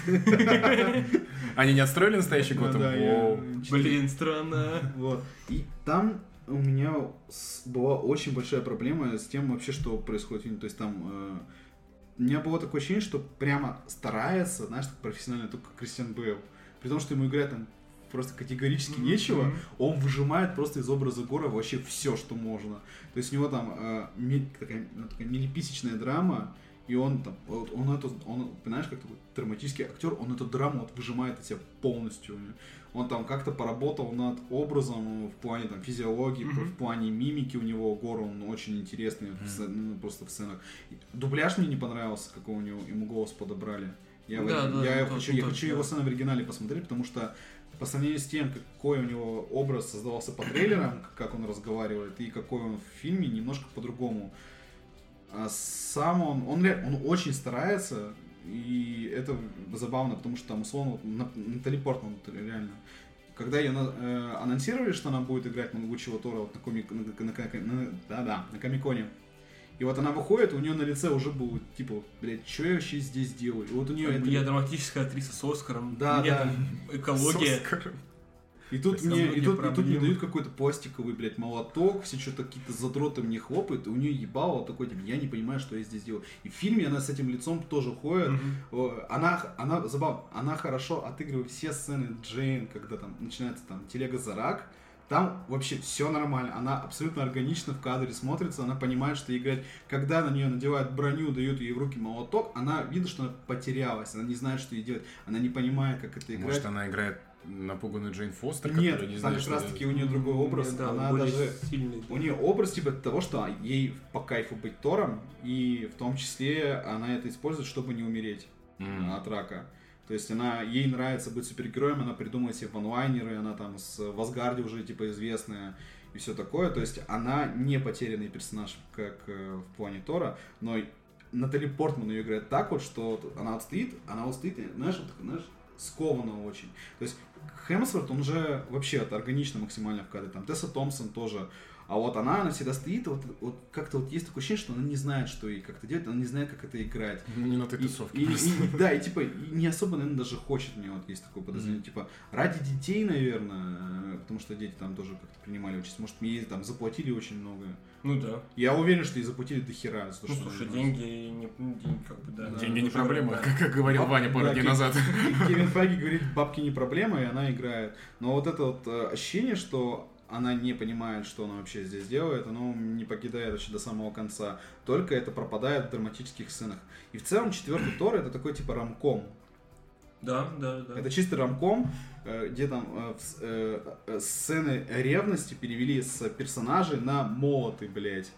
S2: Они не отстроили настоящий год?
S1: Ну Да, я- четыре-
S3: Блин, странно.
S1: Вот. И там у меня с- была очень большая проблема с тем вообще, что происходит. в фильме. То есть там э, у меня было такое ощущение, что прямо старается, знаешь, так профессионально только Кристиан Бейл. При том, что ему играть там просто категорически нечего,
S3: Мгм.
S1: он выжимает просто из образа Гора вообще все, что можно. То есть у него там э, ми- такая, ну, такая милиписечная драма, и он там, вот он эту, он, понимаешь, как такой драматический актер, он эту драму вот выжимает из себя полностью. Он там как-то поработал над образом э, в плане там физиологии,
S3: Мгм.
S1: в плане мимики у него Гор, он очень интересный в сцен- ну, просто в сценах. И Дубляж мне не понравился, какой у него ему голос подобрали. Я, в
S3: Да,
S1: оригин-
S3: да,
S1: я
S3: тоже,
S1: хочу, я
S3: тоже,
S1: хочу
S3: да.
S1: его сцены в оригинале посмотреть, потому что по сравнению с тем, какой у него образ создавался по трейлерам, как он разговаривает, и какой он в фильме, немножко по-другому. А сам он, он, ре- он очень старается, и это забавно, потому что там условно вот На- Натали Портман вот реально. Когда ее на- э, анонсировали, что она будет играть могучего Тора вот на, комик, на, на- на- на- да-да, на Комиконе, и вот она выходит, у нее на лице уже было типа, блядь, что я вообще здесь делаю? И вот у нее это...
S3: Я драматическая актриса с Оскаром.
S1: Да,
S3: у меня
S1: да.
S3: там экология.
S1: И тут
S3: Совсем
S1: мне, и
S3: другие
S1: тут, и тут мне
S3: проблемы.
S1: дают какой-то пластиковый, блядь, молоток, все что-то какие-то задроты мне хлопают, и у нее ебало такой, типа, я не понимаю, что я здесь делаю. И в фильме она с этим лицом тоже ходит.
S3: Мгм.
S1: О, Она, она, забавно, она хорошо отыгрывает все сцены Джейн, когда там начинается там телега за рак. Там вообще все нормально, она абсолютно органично в кадре смотрится, она понимает, что играть, когда на нее надевают броню, дают ей в руки молоток, она видно, что она потерялась, она не знает, что ей делать, она не понимает, как это играть.
S2: Может, она играет напуганную Джейн Фостер,
S1: Нет,
S2: которая не
S1: там
S2: знает,
S1: как
S2: что
S1: раз
S2: делать?
S1: таки у нее другой образ.
S3: Да,
S1: она
S3: более
S1: даже.
S3: сильный.
S1: У нее образ типа того, что ей по кайфу быть Тором, и в том числе она это использует, чтобы не умереть
S2: М.
S1: от рака. То есть она, ей нравится быть супергероем, она придумала себе ванлайнеры, она там с в Асгарде уже типа известная и все такое. То есть она не потерянный персонаж, как э, в плане Тора, но Натали Портман ее играет так вот, что вот она вот стоит, она вот стоит, и, знаешь, вот, так, знаешь, скованно очень. То есть Хемсворт, он же вообще вот, органично максимально в кадре, там Тесса Томпсон тоже. А вот она, она всегда стоит, вот, вот как-то вот есть такое ощущение, что она не знает, что ей как-то делать, она не знает, как это играть.
S2: Не на той
S1: И-
S2: тусовке
S1: и- и-
S2: просто.
S1: да, и типа и не особо, наверное, даже хочет мне вот есть такое подозрение. Типа ради детей, наверное, э, потому что дети там тоже как-то принимали участь. Может, мне ей там заплатили очень много.
S3: Ну да.
S1: Я уверен, что ей заплатили до хера. за то,
S3: Ну
S1: что
S3: слушай,
S1: она-
S3: деньги не ну, деньги как бы да.
S2: Деньги не
S3: Ну,
S2: проблема,
S3: да.
S2: как, как говорил
S1: Баб-
S2: Ваня пару
S1: да,
S2: дней
S1: Кевин-
S2: назад.
S1: Кевин Файги говорит, бабки не проблема, и она играет. Но вот это вот э, ощущение, что она не понимает, что она вообще здесь делает, оно не покидает вообще до самого конца. Только это пропадает в драматических сценах. И в целом четвертый Тор это такой типа рамком.
S3: Да, да, да.
S1: Это чистый рамком, э, где там э, в с- э, э, сцены ревности перевели с персонажей на молоты, блядь.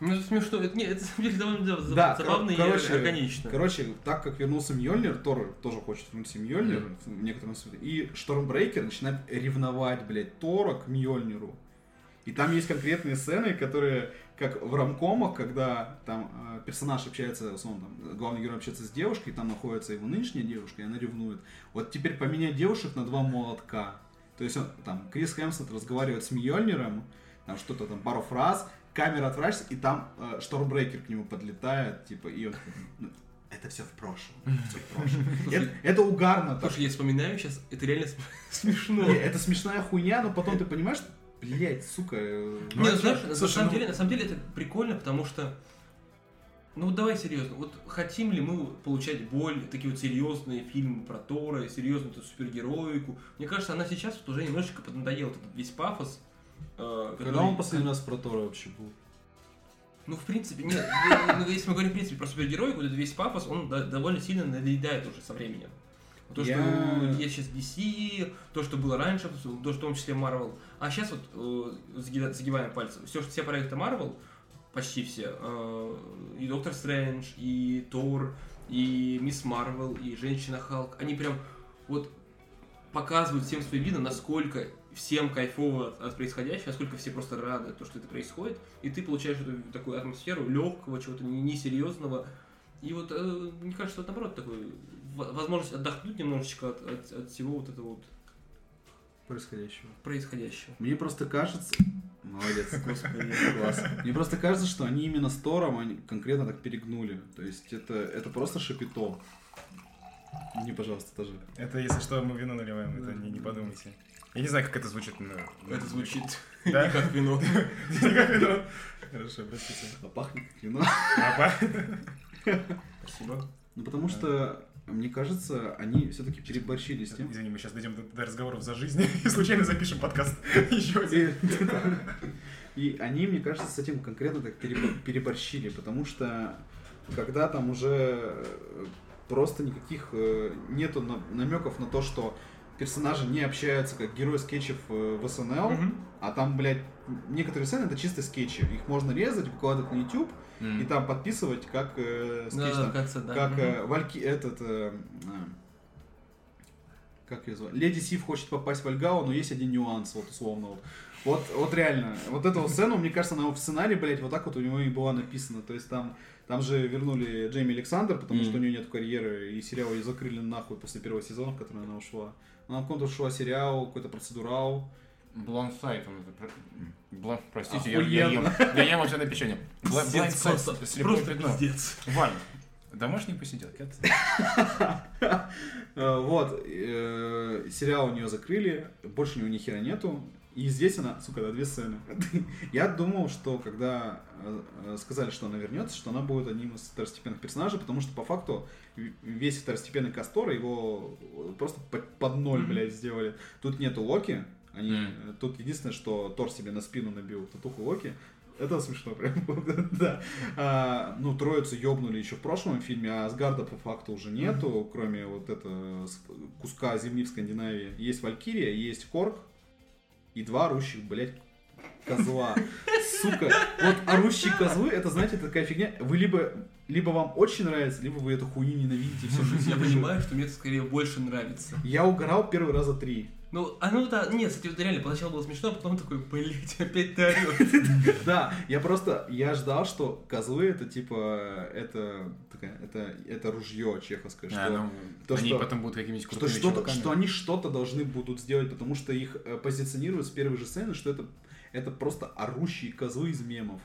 S3: Ну это смешно. Это, нет, это на самом деле довольно за- за-
S1: Да,
S3: забавно
S1: кор-
S3: и
S1: короче,
S3: органично.
S1: Короче, так как вернулся Мьёльнир, Тор тоже хочет вернуться Мьёльнир в некотором смысле, и Штормбрейкер начинает ревновать, блядь, Тора к Мьёльниру. И там есть конкретные сцены, которые, как в рамкомах, когда там э, персонаж общается, условно, там, главный герой общается с девушкой, и там находится его нынешняя девушка, и она ревнует. Вот теперь поменять девушек на два молотка. То есть он, там, Крис Хемсет разговаривает с Мьёльниром, там что-то там, пару фраз, камера отворачивается, и там э, Штормбрейкер к нему подлетает, типа, и он такой, «Ну, это все в прошлом, всё в прошлом». Это, это угарно
S3: <laughs>
S1: так.
S3: Слушай, я вспоминаю сейчас, это реально см- <laughs> смешно.
S1: Не, это смешная хуйня, но потом ты понимаешь, блять, сука. э,
S2: Ну,
S3: Не,
S2: а
S3: ну, знаешь,
S2: чё?
S3: на,
S2: Слушай,
S3: самом
S2: ну-
S3: деле, на самом деле это прикольно, потому что, ну вот давай серьезно, вот хотим ли мы получать боль, такие вот серьезные фильмы про Тора, серьезную эту супергероику? Мне кажется, она сейчас вот уже немножечко поднадоела вот этот весь пафос. э,
S1: Когда
S3: который-
S1: он последний раз про Тора вообще был?
S3: Ну, в принципе, нет, ну, ну, если мы говорим, в принципе, про супергероику, вот этот весь пафос, он до- довольно сильно надоедает уже со временем. То, что
S1: Я-
S3: есть сейчас DC, то, что было раньше, то, что в том числе Marvel. А сейчас вот э, загида- загибаем пальцы. Все, все проекты Marvel, почти все, э, и Доктор Стрэндж, и Тор, и Мисс Марвел, и Женщина Халк, они прям вот показывают всем своим видом, насколько всем кайфово от, от происходящего, насколько все просто рады, то, что это происходит, и ты получаешь эту такую атмосферу легкого, чего-то не- несерьезного. И вот, э, мне кажется, вот наоборот, такой в- возможность отдохнуть немножечко от, от- от всего вот этого вот
S1: происходящего.
S3: происходящего.
S1: Мне просто кажется... Молодец. <laughs>
S3: Господи.
S1: Класс. Мне просто кажется, что они именно с Тором они конкретно так перегнули. То есть это, это просто шапито. Не, пожалуйста, тоже.
S2: Это, если что, мы вино наливаем, это не, не подумайте. Я не знаю, как это звучит. но-
S3: Это звучит
S2: Да?
S3: не как вино.
S2: Не как вино. Хорошо, простите.
S1: А пахнет как вино.
S2: Опа.
S3: Спасибо.
S1: Ну потому что, мне кажется, они все-таки переборщили с тем.
S2: Извини, мы сейчас дойдем до, до разговоров за жизнь и случайно запишем подкаст. Еще один.
S1: И, <laughs> и они, мне кажется, с этим конкретно так перебор- переборщили, потому что когда там уже э, просто никаких э, нету на- намеков на то, что персонажи не общаются как герой скетчев э, в СНЛ, А там, блядь, некоторые сцены это чисто скетчи. Их можно резать, выкладывать на YouTube и там подписывать, как э, скетч
S3: Да, в
S1: там.
S3: конце, да.
S1: Как
S3: Мгм.
S1: э, Вальки этот. э, м, э, как ее звать? Леди Сив хочет попасть в Альгау, но есть один нюанс, вот условно. Вот, вот, вот реально, вот эту вот сцену, мне кажется, она в сценарии, блядь, вот так вот у него и была написана. То есть там, там же вернули Джейми Александр, потому что у
S2: Мгм.
S1: нее нет карьеры, и сериал ее закрыли нахуй после первого сезона, в который она ушла. Она в каком-то ушла сериал, какой-то процедурал.
S2: Блонсайт он это... про- Блон... Простите, я,
S1: Охуенно.
S2: я, ем, я ем вообще на печенье. Бла-
S3: Пиздец
S2: Блайндсайд,
S3: просто.
S2: слепое
S3: Просто
S2: пятно.
S3: пиздец.
S2: Вань, домашний посиделки. это-
S1: Э, Вот, э, сериал у нее закрыли, больше у него ни хера нету. И здесь она, сука, да, две сцены. <laughs> Я думал, что когда э, э, сказали, что она вернется, что она будет одним из второстепенных персонажей, потому что по факту в- весь второстепенный Кастор его э, просто под, под ноль,
S3: Мгм.
S1: блядь, сделали. Тут нету Локи, они,
S2: Мгм.
S1: э, тут единственное, что Тор себе на спину набил татуху Локи. Это смешно прям, <laughs> да. А, ну, Троицу ёбнули еще в прошлом фильме, а Асгарда по факту уже нету, кроме вот этого с- куска земли в Скандинавии. Есть Валькирия, есть Корк и два орущих, блядь, козла. Сука, вот орущие козлы, это, знаете, такая фигня. Вы либо, либо вам очень нравится, либо вы эту хуйню ненавидите всю жизнь.
S3: <laughs> Я понимаю, что мне это скорее больше нравится.
S1: Я угорал первый раза три.
S3: Ну, а ну да, нет, кстати, вот реально, поначалу было смешно, а потом такой, блядь, опять ты орёшь».
S1: <laughs> Да, я просто, я ждал, что козлы это типа, это, такая- это, это ружье чеховское, что
S2: А, ну,
S1: то,
S2: они
S1: что-
S2: потом будут какими-нибудь
S1: что,
S2: крутыми
S1: что,
S2: чуваками.
S1: что они что-то должны будут сделать, потому что их э, позиционируют с первой же сцены, что это, это просто орущие козлы из мемов.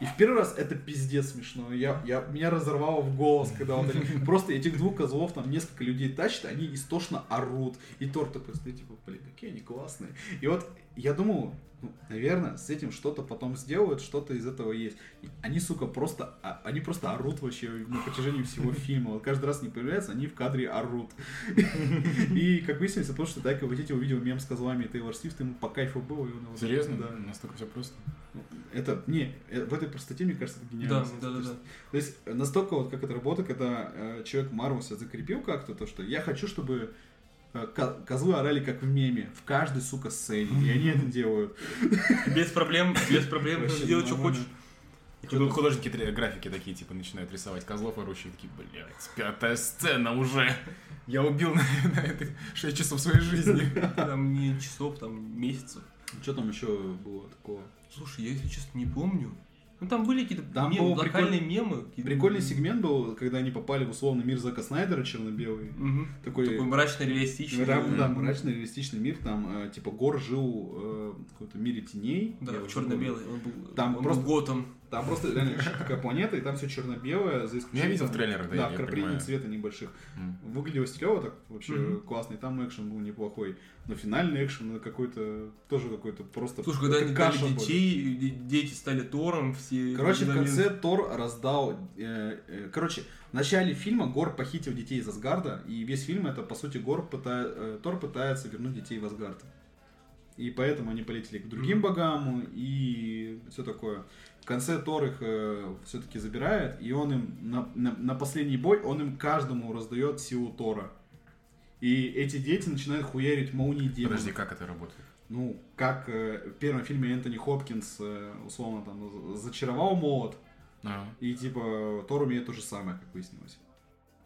S1: И в первый раз это пиздец смешно. Я, я, меня разорвало в голос, когда вот они- <laughs> просто этих двух козлов, там несколько людей тащат, они истошно орут. И Тор такой стоит, типа, блин, какие они классные. И вот я думал, ну, наверное, с этим что-то потом сделают, что-то из этого есть. И Они, сука, просто, а- они просто орут вообще на протяжении
S3: <laughs>
S1: всего фильма. Вот каждый раз не появляются, они в кадре орут. И, как выяснилось, это просто что Тайка Вайтити увидел мем с козлами и Тейлор Свифт, ему по кайфу было, и он его...
S2: Серьезно?
S1: Да.
S2: Настолько все просто.
S1: Это, не, э, в этой простоте, мне кажется, это гениально.
S3: Да, да, да, да.
S1: То есть, э, настолько вот как это работает, когда э, человек Марвел себя закрепил как-то, то, что я хочу, чтобы э, ко- козлы орали как в меме, в каждой, сука, сцене, и они это делают.
S3: Без проблем, без проблем,
S1: Вообще
S3: делай, что
S1: нормально.
S3: хочешь.
S2: Худ- Художники тре- графики такие, типа, начинают рисовать козлов орущих, такие, блядь, пятая сцена уже. Я убил на, <laughs> на этой 6 часов своей жизни.
S3: Там не часов, там месяцев.
S1: Что там еще было такого?
S3: Слушай, я, если честно, не помню. Ну, там были какие-то
S1: Там
S3: мемы,
S1: был
S3: локальные мемы. какие-то-
S1: Прикольный сегмент был, когда они попали в условный мир Зака Снайдера черно-белый.
S3: Мгм.
S1: Такой,
S3: Такой мрачно-реалистичный.
S1: Рам- да,
S2: Мгм.
S1: мрачный реалистичный мир, там, э, типа, Гор жил э, в каком-то мире теней.
S3: Да,
S1: Я
S3: в
S1: уже
S3: черно-белый. Он был,
S1: Там
S3: он
S1: просто-
S3: был готом.
S1: помню. Там просто реально такая планета, и там все черно-белое, за исключением...
S2: Ну, Я видел
S1: там-
S2: трейлеры, да,
S1: Да,
S2: я
S1: вкраплений
S2: понимаю.
S1: цвета небольших.
S2: М.
S1: Выглядело стилево так, вообще
S3: Мгм.
S1: классно, и там экшен был неплохой. Но финальный экшен ну, какой-то, тоже какой-то просто...
S3: Слушай, когда
S1: это
S3: они
S1: каша
S3: дали
S1: была.
S3: детей, де- дети стали Тором, все...
S1: Короче, в
S3: Витамин-
S1: конце Тор раздал... э, э, короче, в начале фильма Гор похитил детей из Асгарда, и весь фильм это, по сути, Гор пыта- э, Тор пытается вернуть детей в Асгард. И поэтому они полетели к другим
S3: Мгм.
S1: богам и все такое. В конце Тор их э, все-таки забирает, и он им на, на- на последний бой, он им каждому раздает силу Тора. И эти дети начинают хуярить молнии демонов.
S2: Подожди, как это работает?
S1: Ну, как э, в первом фильме Энтони Хопкинс, э, условно, там, з- зачаровал молот,
S2: Ага.
S1: и, типа, Тор умеет то же самое, как выяснилось.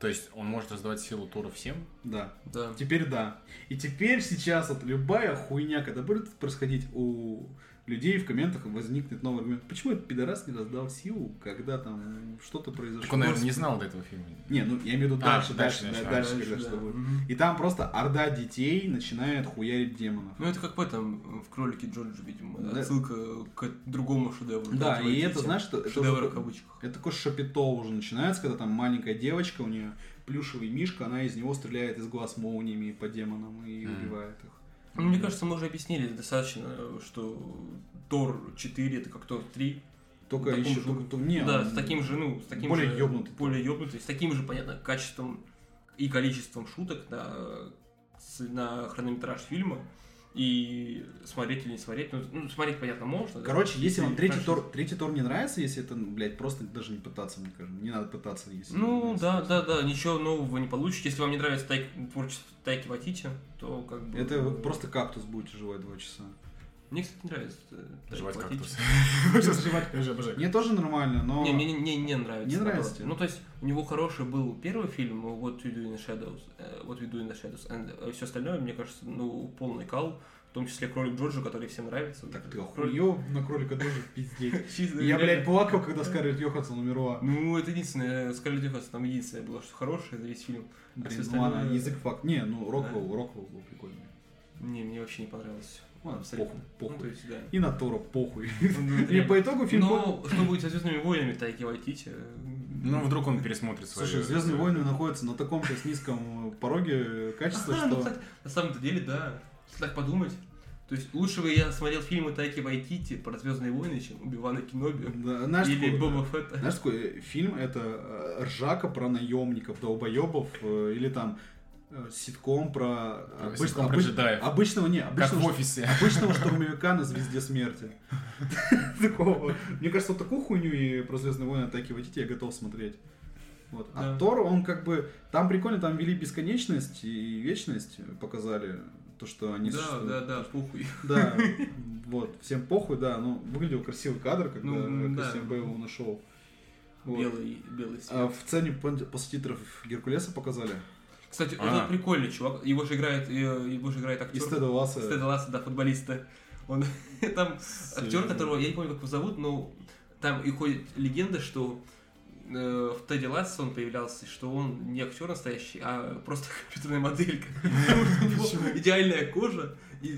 S2: То есть он может раздавать силу Тора всем?
S1: Да.
S3: Да.
S1: Теперь да. И теперь сейчас вот любая хуйня, когда будет происходить у людей в комментах, возникнет новый аргумент. Почему этот пидорас не раздал силу, когда там что-то произошло?
S2: Так он, наверное, не знал до этого фильма.
S1: Не, ну я имею в виду
S2: А,
S1: дальше, дальше,
S2: дальше,
S1: да, дальше,
S2: дальше,
S1: когда что
S3: да.
S1: будет.
S3: Мгм.
S1: И там просто орда детей начинает хуярить демонов.
S3: Ну, это как в этом, в кролике Джорджа, видимо,
S1: Да.
S3: отсылка к другому шедевру.
S1: Да,
S3: «Мертвые
S1: и это,
S3: дети».
S1: знаешь, что это
S3: Шедевр
S1: уже,
S3: в кавычках.
S1: это такое шапито уже начинается, когда там маленькая девочка, у нее плюшевый мишка, она из него стреляет из глаз молниями по демонам и
S2: Мгм.
S1: убивает их.
S3: Ну, Мне кажется, мы уже объяснили достаточно, что Тор 4 это как Тор 3.
S1: Только
S3: Таком
S1: еще...
S3: же-
S1: только- то- не,
S3: да,
S1: он-
S3: с таким же, ну, с таким
S1: более
S3: же...
S1: ёбнутый.
S3: Более ёбнутый, с таким же, понятно, качеством и количеством шуток на, с- на хронометраж фильма. И смотреть или не смотреть, ну, ну, смотреть, понятно, можно. да.
S1: Короче, если вам
S3: И
S1: третий
S3: хорошо.
S1: тур, третий тур не нравится, если это, ну, блядь, просто даже не пытаться, мне кажется. Не надо пытаться, если не
S3: Ну,
S1: нравится.
S3: да, да, да, ничего нового не получите. Если вам не нравится тай- творчество Тайки Ватити, то как бы...
S1: Это вы просто кактус будете жевать два часа.
S3: Мне, кстати, не нравится э, Тайка
S2: Жевать
S3: Вайтити.
S2: кактус. <laughs> Сейчас жевать, я же обожаю.
S1: Мне тоже нормально, но...
S3: Не, мне не, не нравится.
S1: Не нравится
S3: наоборот.
S1: тебе?
S3: Ну, то есть, у него хороший был первый фильм вот We Do in the Shadows», э, «What We Do in the Shadows», все остальное, мне кажется, ну, полный кал, в том числе «Кролик Джорджа», который всем нравится.
S1: Так ты
S3: Кролик- <laughs>
S1: охуел на кролика тоже пиздеть.
S3: Чисто,
S1: Я,
S3: реально.
S1: блядь, плакал, когда Скарлетт Йоханссон умерла.
S3: Ну, это единственное, Скарлетт Йоханссон, там единственное было, что хорошее за весь фильм. всё
S1: Блин, ну
S3: остальное-
S1: ладно, язык факт. Не, ну Роквелл, Роквелл был прикольный.
S3: Не, мне вообще не понравилось.
S1: Ладно,
S3: Абсолютно.
S1: похуй,
S3: Ну, то
S1: <laughs>
S3: есть, да.
S1: И на Тора похуй. <laughs>
S3: Ну,
S1: И
S3: реально.
S1: по итогу фильм... был-
S3: Но что будет со «Звездными войнами» Тайки Вайтити? э,
S2: Ну, вдруг он пересмотрит свою...
S1: Слушай, Звездные войны находятся на таком сейчас низком пороге качества,
S3: Ага, ну,
S1: что...
S3: кстати, на самом-то деле, да. Если так подумать. То есть лучше бы я смотрел фильмы Тайки Вайтити про Звездные войны, чем Убивана Киноби
S1: Да, знаешь,
S3: или
S1: такое-
S3: Боба Фетта.
S1: Знаешь, такой фильм это э, ржака про наемников, долбоебов, э, или там э, ситком про обыч-
S2: Ситком про
S1: обыч-
S2: джедаев.
S1: обычного не
S2: Как в
S1: обычного, ш-
S2: <laughs> офисе.
S1: обычного штурмовика на звезде смерти. <laughs> Такого. Мне кажется, вот такую хуйню и про Звездные войны атаки водите я готов смотреть. Вот. А
S3: Да.
S1: Тор, он как бы... Там прикольно, там вели бесконечность и вечность, э, показали то, что они
S3: Да,
S1: существуют.
S3: да, да, похуй. <laughs>
S1: Да, вот, всем похуй, да, но выглядел красивый кадр, когда
S3: Ну, да.
S1: Кристиан Бейл он ушел. Вот.
S3: Белый, белый свет.
S1: А в цене пон- после титров Геркулеса показали.
S3: Кстати,
S2: А.
S3: это прикольный чувак. Его же играет, э, его же играет
S1: И
S3: актер.
S1: Стеда Ласса.
S3: Стед Ласса, да, футболиста. Он <laughs> там актер, которого я не помню, как его зовут, но там и ходит легенда, что э, в Тедди Лассе он появлялся, и что он не актер настоящий, а просто <laughs> компьютерная моделька. Потому что у него идеальная кожа и,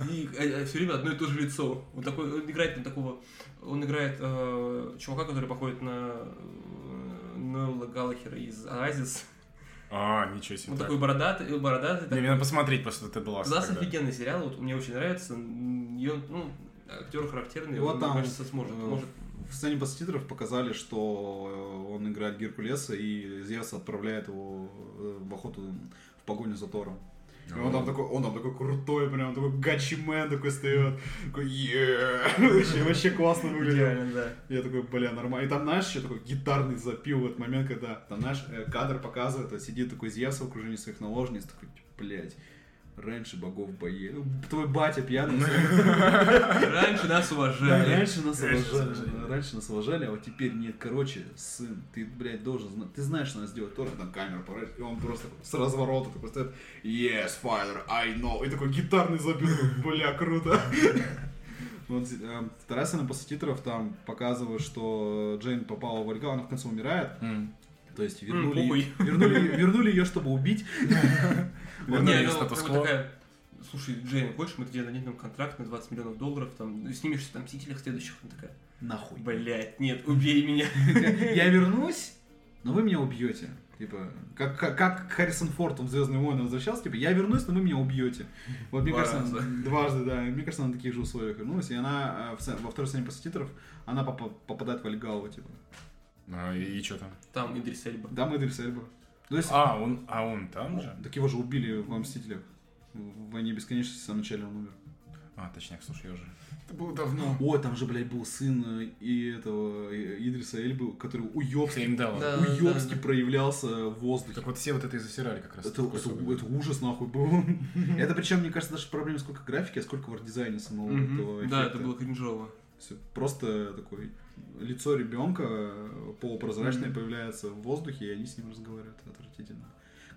S3: все время одно и то же лицо. Он такой, он играет там такого, он играет э, чувака, который походит на э, Нойла Галлахера из Оазис.
S2: А, ничего себе.
S3: Он
S2: так.
S3: такой бородатый, бородатый,
S2: Мне надо посмотреть просто Тед Ласса.
S3: Класс
S2: тогда.
S3: офигенный сериал, вот мне очень нравится. М, И он, ну, актер характерный,
S1: И вот
S3: он,
S1: там,
S3: мне кажется, сможет.
S1: э,
S3: может.
S1: В сцене после титров показали, что э, он играет Геркулеса, и Зевс отправляет его э, в охоту в погоню за Тором.
S2: А.
S1: И
S2: Ну,
S1: он там такой, он там такой крутой, прям такой гачимен такой стоит. Такой, «Е-е-е». <laughs> вообще, вообще классно выглядел.
S3: Идеально, да.
S1: Я такой, бля, нормально. И там, знаешь, еще такой гитарный запил в этот момент, когда там, знаешь, э, кадр показывает, а сидит такой Зевс в окружении своих наложниц, такой, блядь, раньше богов боели. Ну, Твой батя пьяный.
S3: Раньше нас
S1: Да,
S3: уважали.
S1: Раньше нас
S2: Раньше
S1: уважали.
S2: нас уважали.
S1: да, Раньше нас уважали, а вот теперь нет. Короче, сын, ты, блядь, должен знать. Ты знаешь, что надо сделать. Тоже там камера порать. И он просто с разворота такой стоит. Yes, father, I know. И такой гитарный забил. Бля, круто. Вот, э, вторая сцена после титров там показывают, что Джейн попала в Ольга, она в конце умирает.
S2: М.
S1: То есть
S3: М,
S1: вернули,
S3: похуй.
S1: вернули, вернули ее, чтобы убить.
S2: Вернули
S3: Не,
S2: ей
S3: ну,
S2: статус-кво.
S3: прямо такая, Слушай, Джейн, хочешь, мы тебе дадим там контракт на 20 миллионов долларов, там, ну, снимешься там в «Мстителях» следующих, она такая,
S1: Нахуй.
S3: блядь, нет, убей меня. <laughs>
S1: Я вернусь, но вы меня убьете. Типа, как, как, как Харрисон Форд он в Звездные войны возвращался, типа, я вернусь, но вы меня убьете. Вот мне
S3: Два
S1: кажется, она-
S3: раза.
S1: дважды, да. И Мне кажется, она на таких же условиях вернулась. И она э, в сцен- во второй сцене после титров, она попа- попадает в Альгалу, типа.
S2: А, и что там?
S3: Там Идрис Эльба.
S1: Да, Мэдрис Эльба. То есть,
S2: А, он, а он там же?
S1: так его же убили во Мстителях. В Войне Бесконечности в самом начале он умер.
S2: А, точняк, слушай, я уже... Это было
S3: Ну.
S2: давно.
S1: Ой, там же, блядь, был сын э, и этого и- Идриса Эльбы, который
S2: Я
S1: уёбски,
S2: им дал.
S3: Да.
S1: уёбски
S3: да.
S1: проявлялся в воздухе.
S2: Так вот все вот это и засирали как раз.
S1: Это,
S2: Такой
S1: это,
S2: особенный.
S1: это ужас, нахуй,
S3: <laughs>
S1: был. Это причем, мне кажется, даже проблема сколько графики, а сколько в арт-дизайне самого этого
S3: Мгм. Да, это
S1: эффекта.
S3: было кринжово.
S1: Всё, Просто такое лицо ребенка полупрозрачное
S3: Мгм.
S1: появляется в воздухе, и они с ним разговаривают. Отвратительно.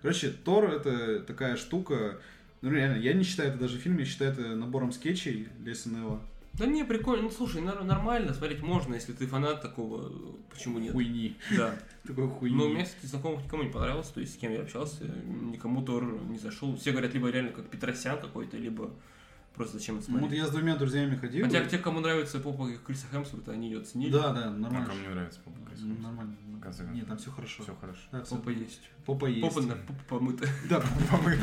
S1: Короче, Тор это такая штука. Ну реально, я не считаю это даже фильмом, я считаю это набором скетчей Леса Нейла.
S3: Да не, прикольно. Ну слушай, нар- нормально, смотреть можно, если ты фанат такого, э, почему нет?
S1: Хуйни. <laughs>
S3: Да.
S1: Такой хуйни.
S3: Но у меня, кстати, знакомых никому не понравилось, то есть с кем я общался, никому Тор не зашел. Все говорят, либо реально как Петросян какой-то, либо просто зачем это
S1: Ну, вот
S3: смотреть.
S1: я с двумя друзьями ходил.
S3: Хотя те, кому нравится попа Криса Хемсворта, они ее оценили.
S1: Да, да,
S2: А
S1: нормально.
S2: ко мне нравится попа
S1: Нормально.
S2: В конце концов.
S1: Нет, там все хорошо.
S2: Все хорошо.
S1: Да, всё.
S3: Попа есть.
S1: Попа есть.
S3: Попа, на, попа помыта.
S1: Да,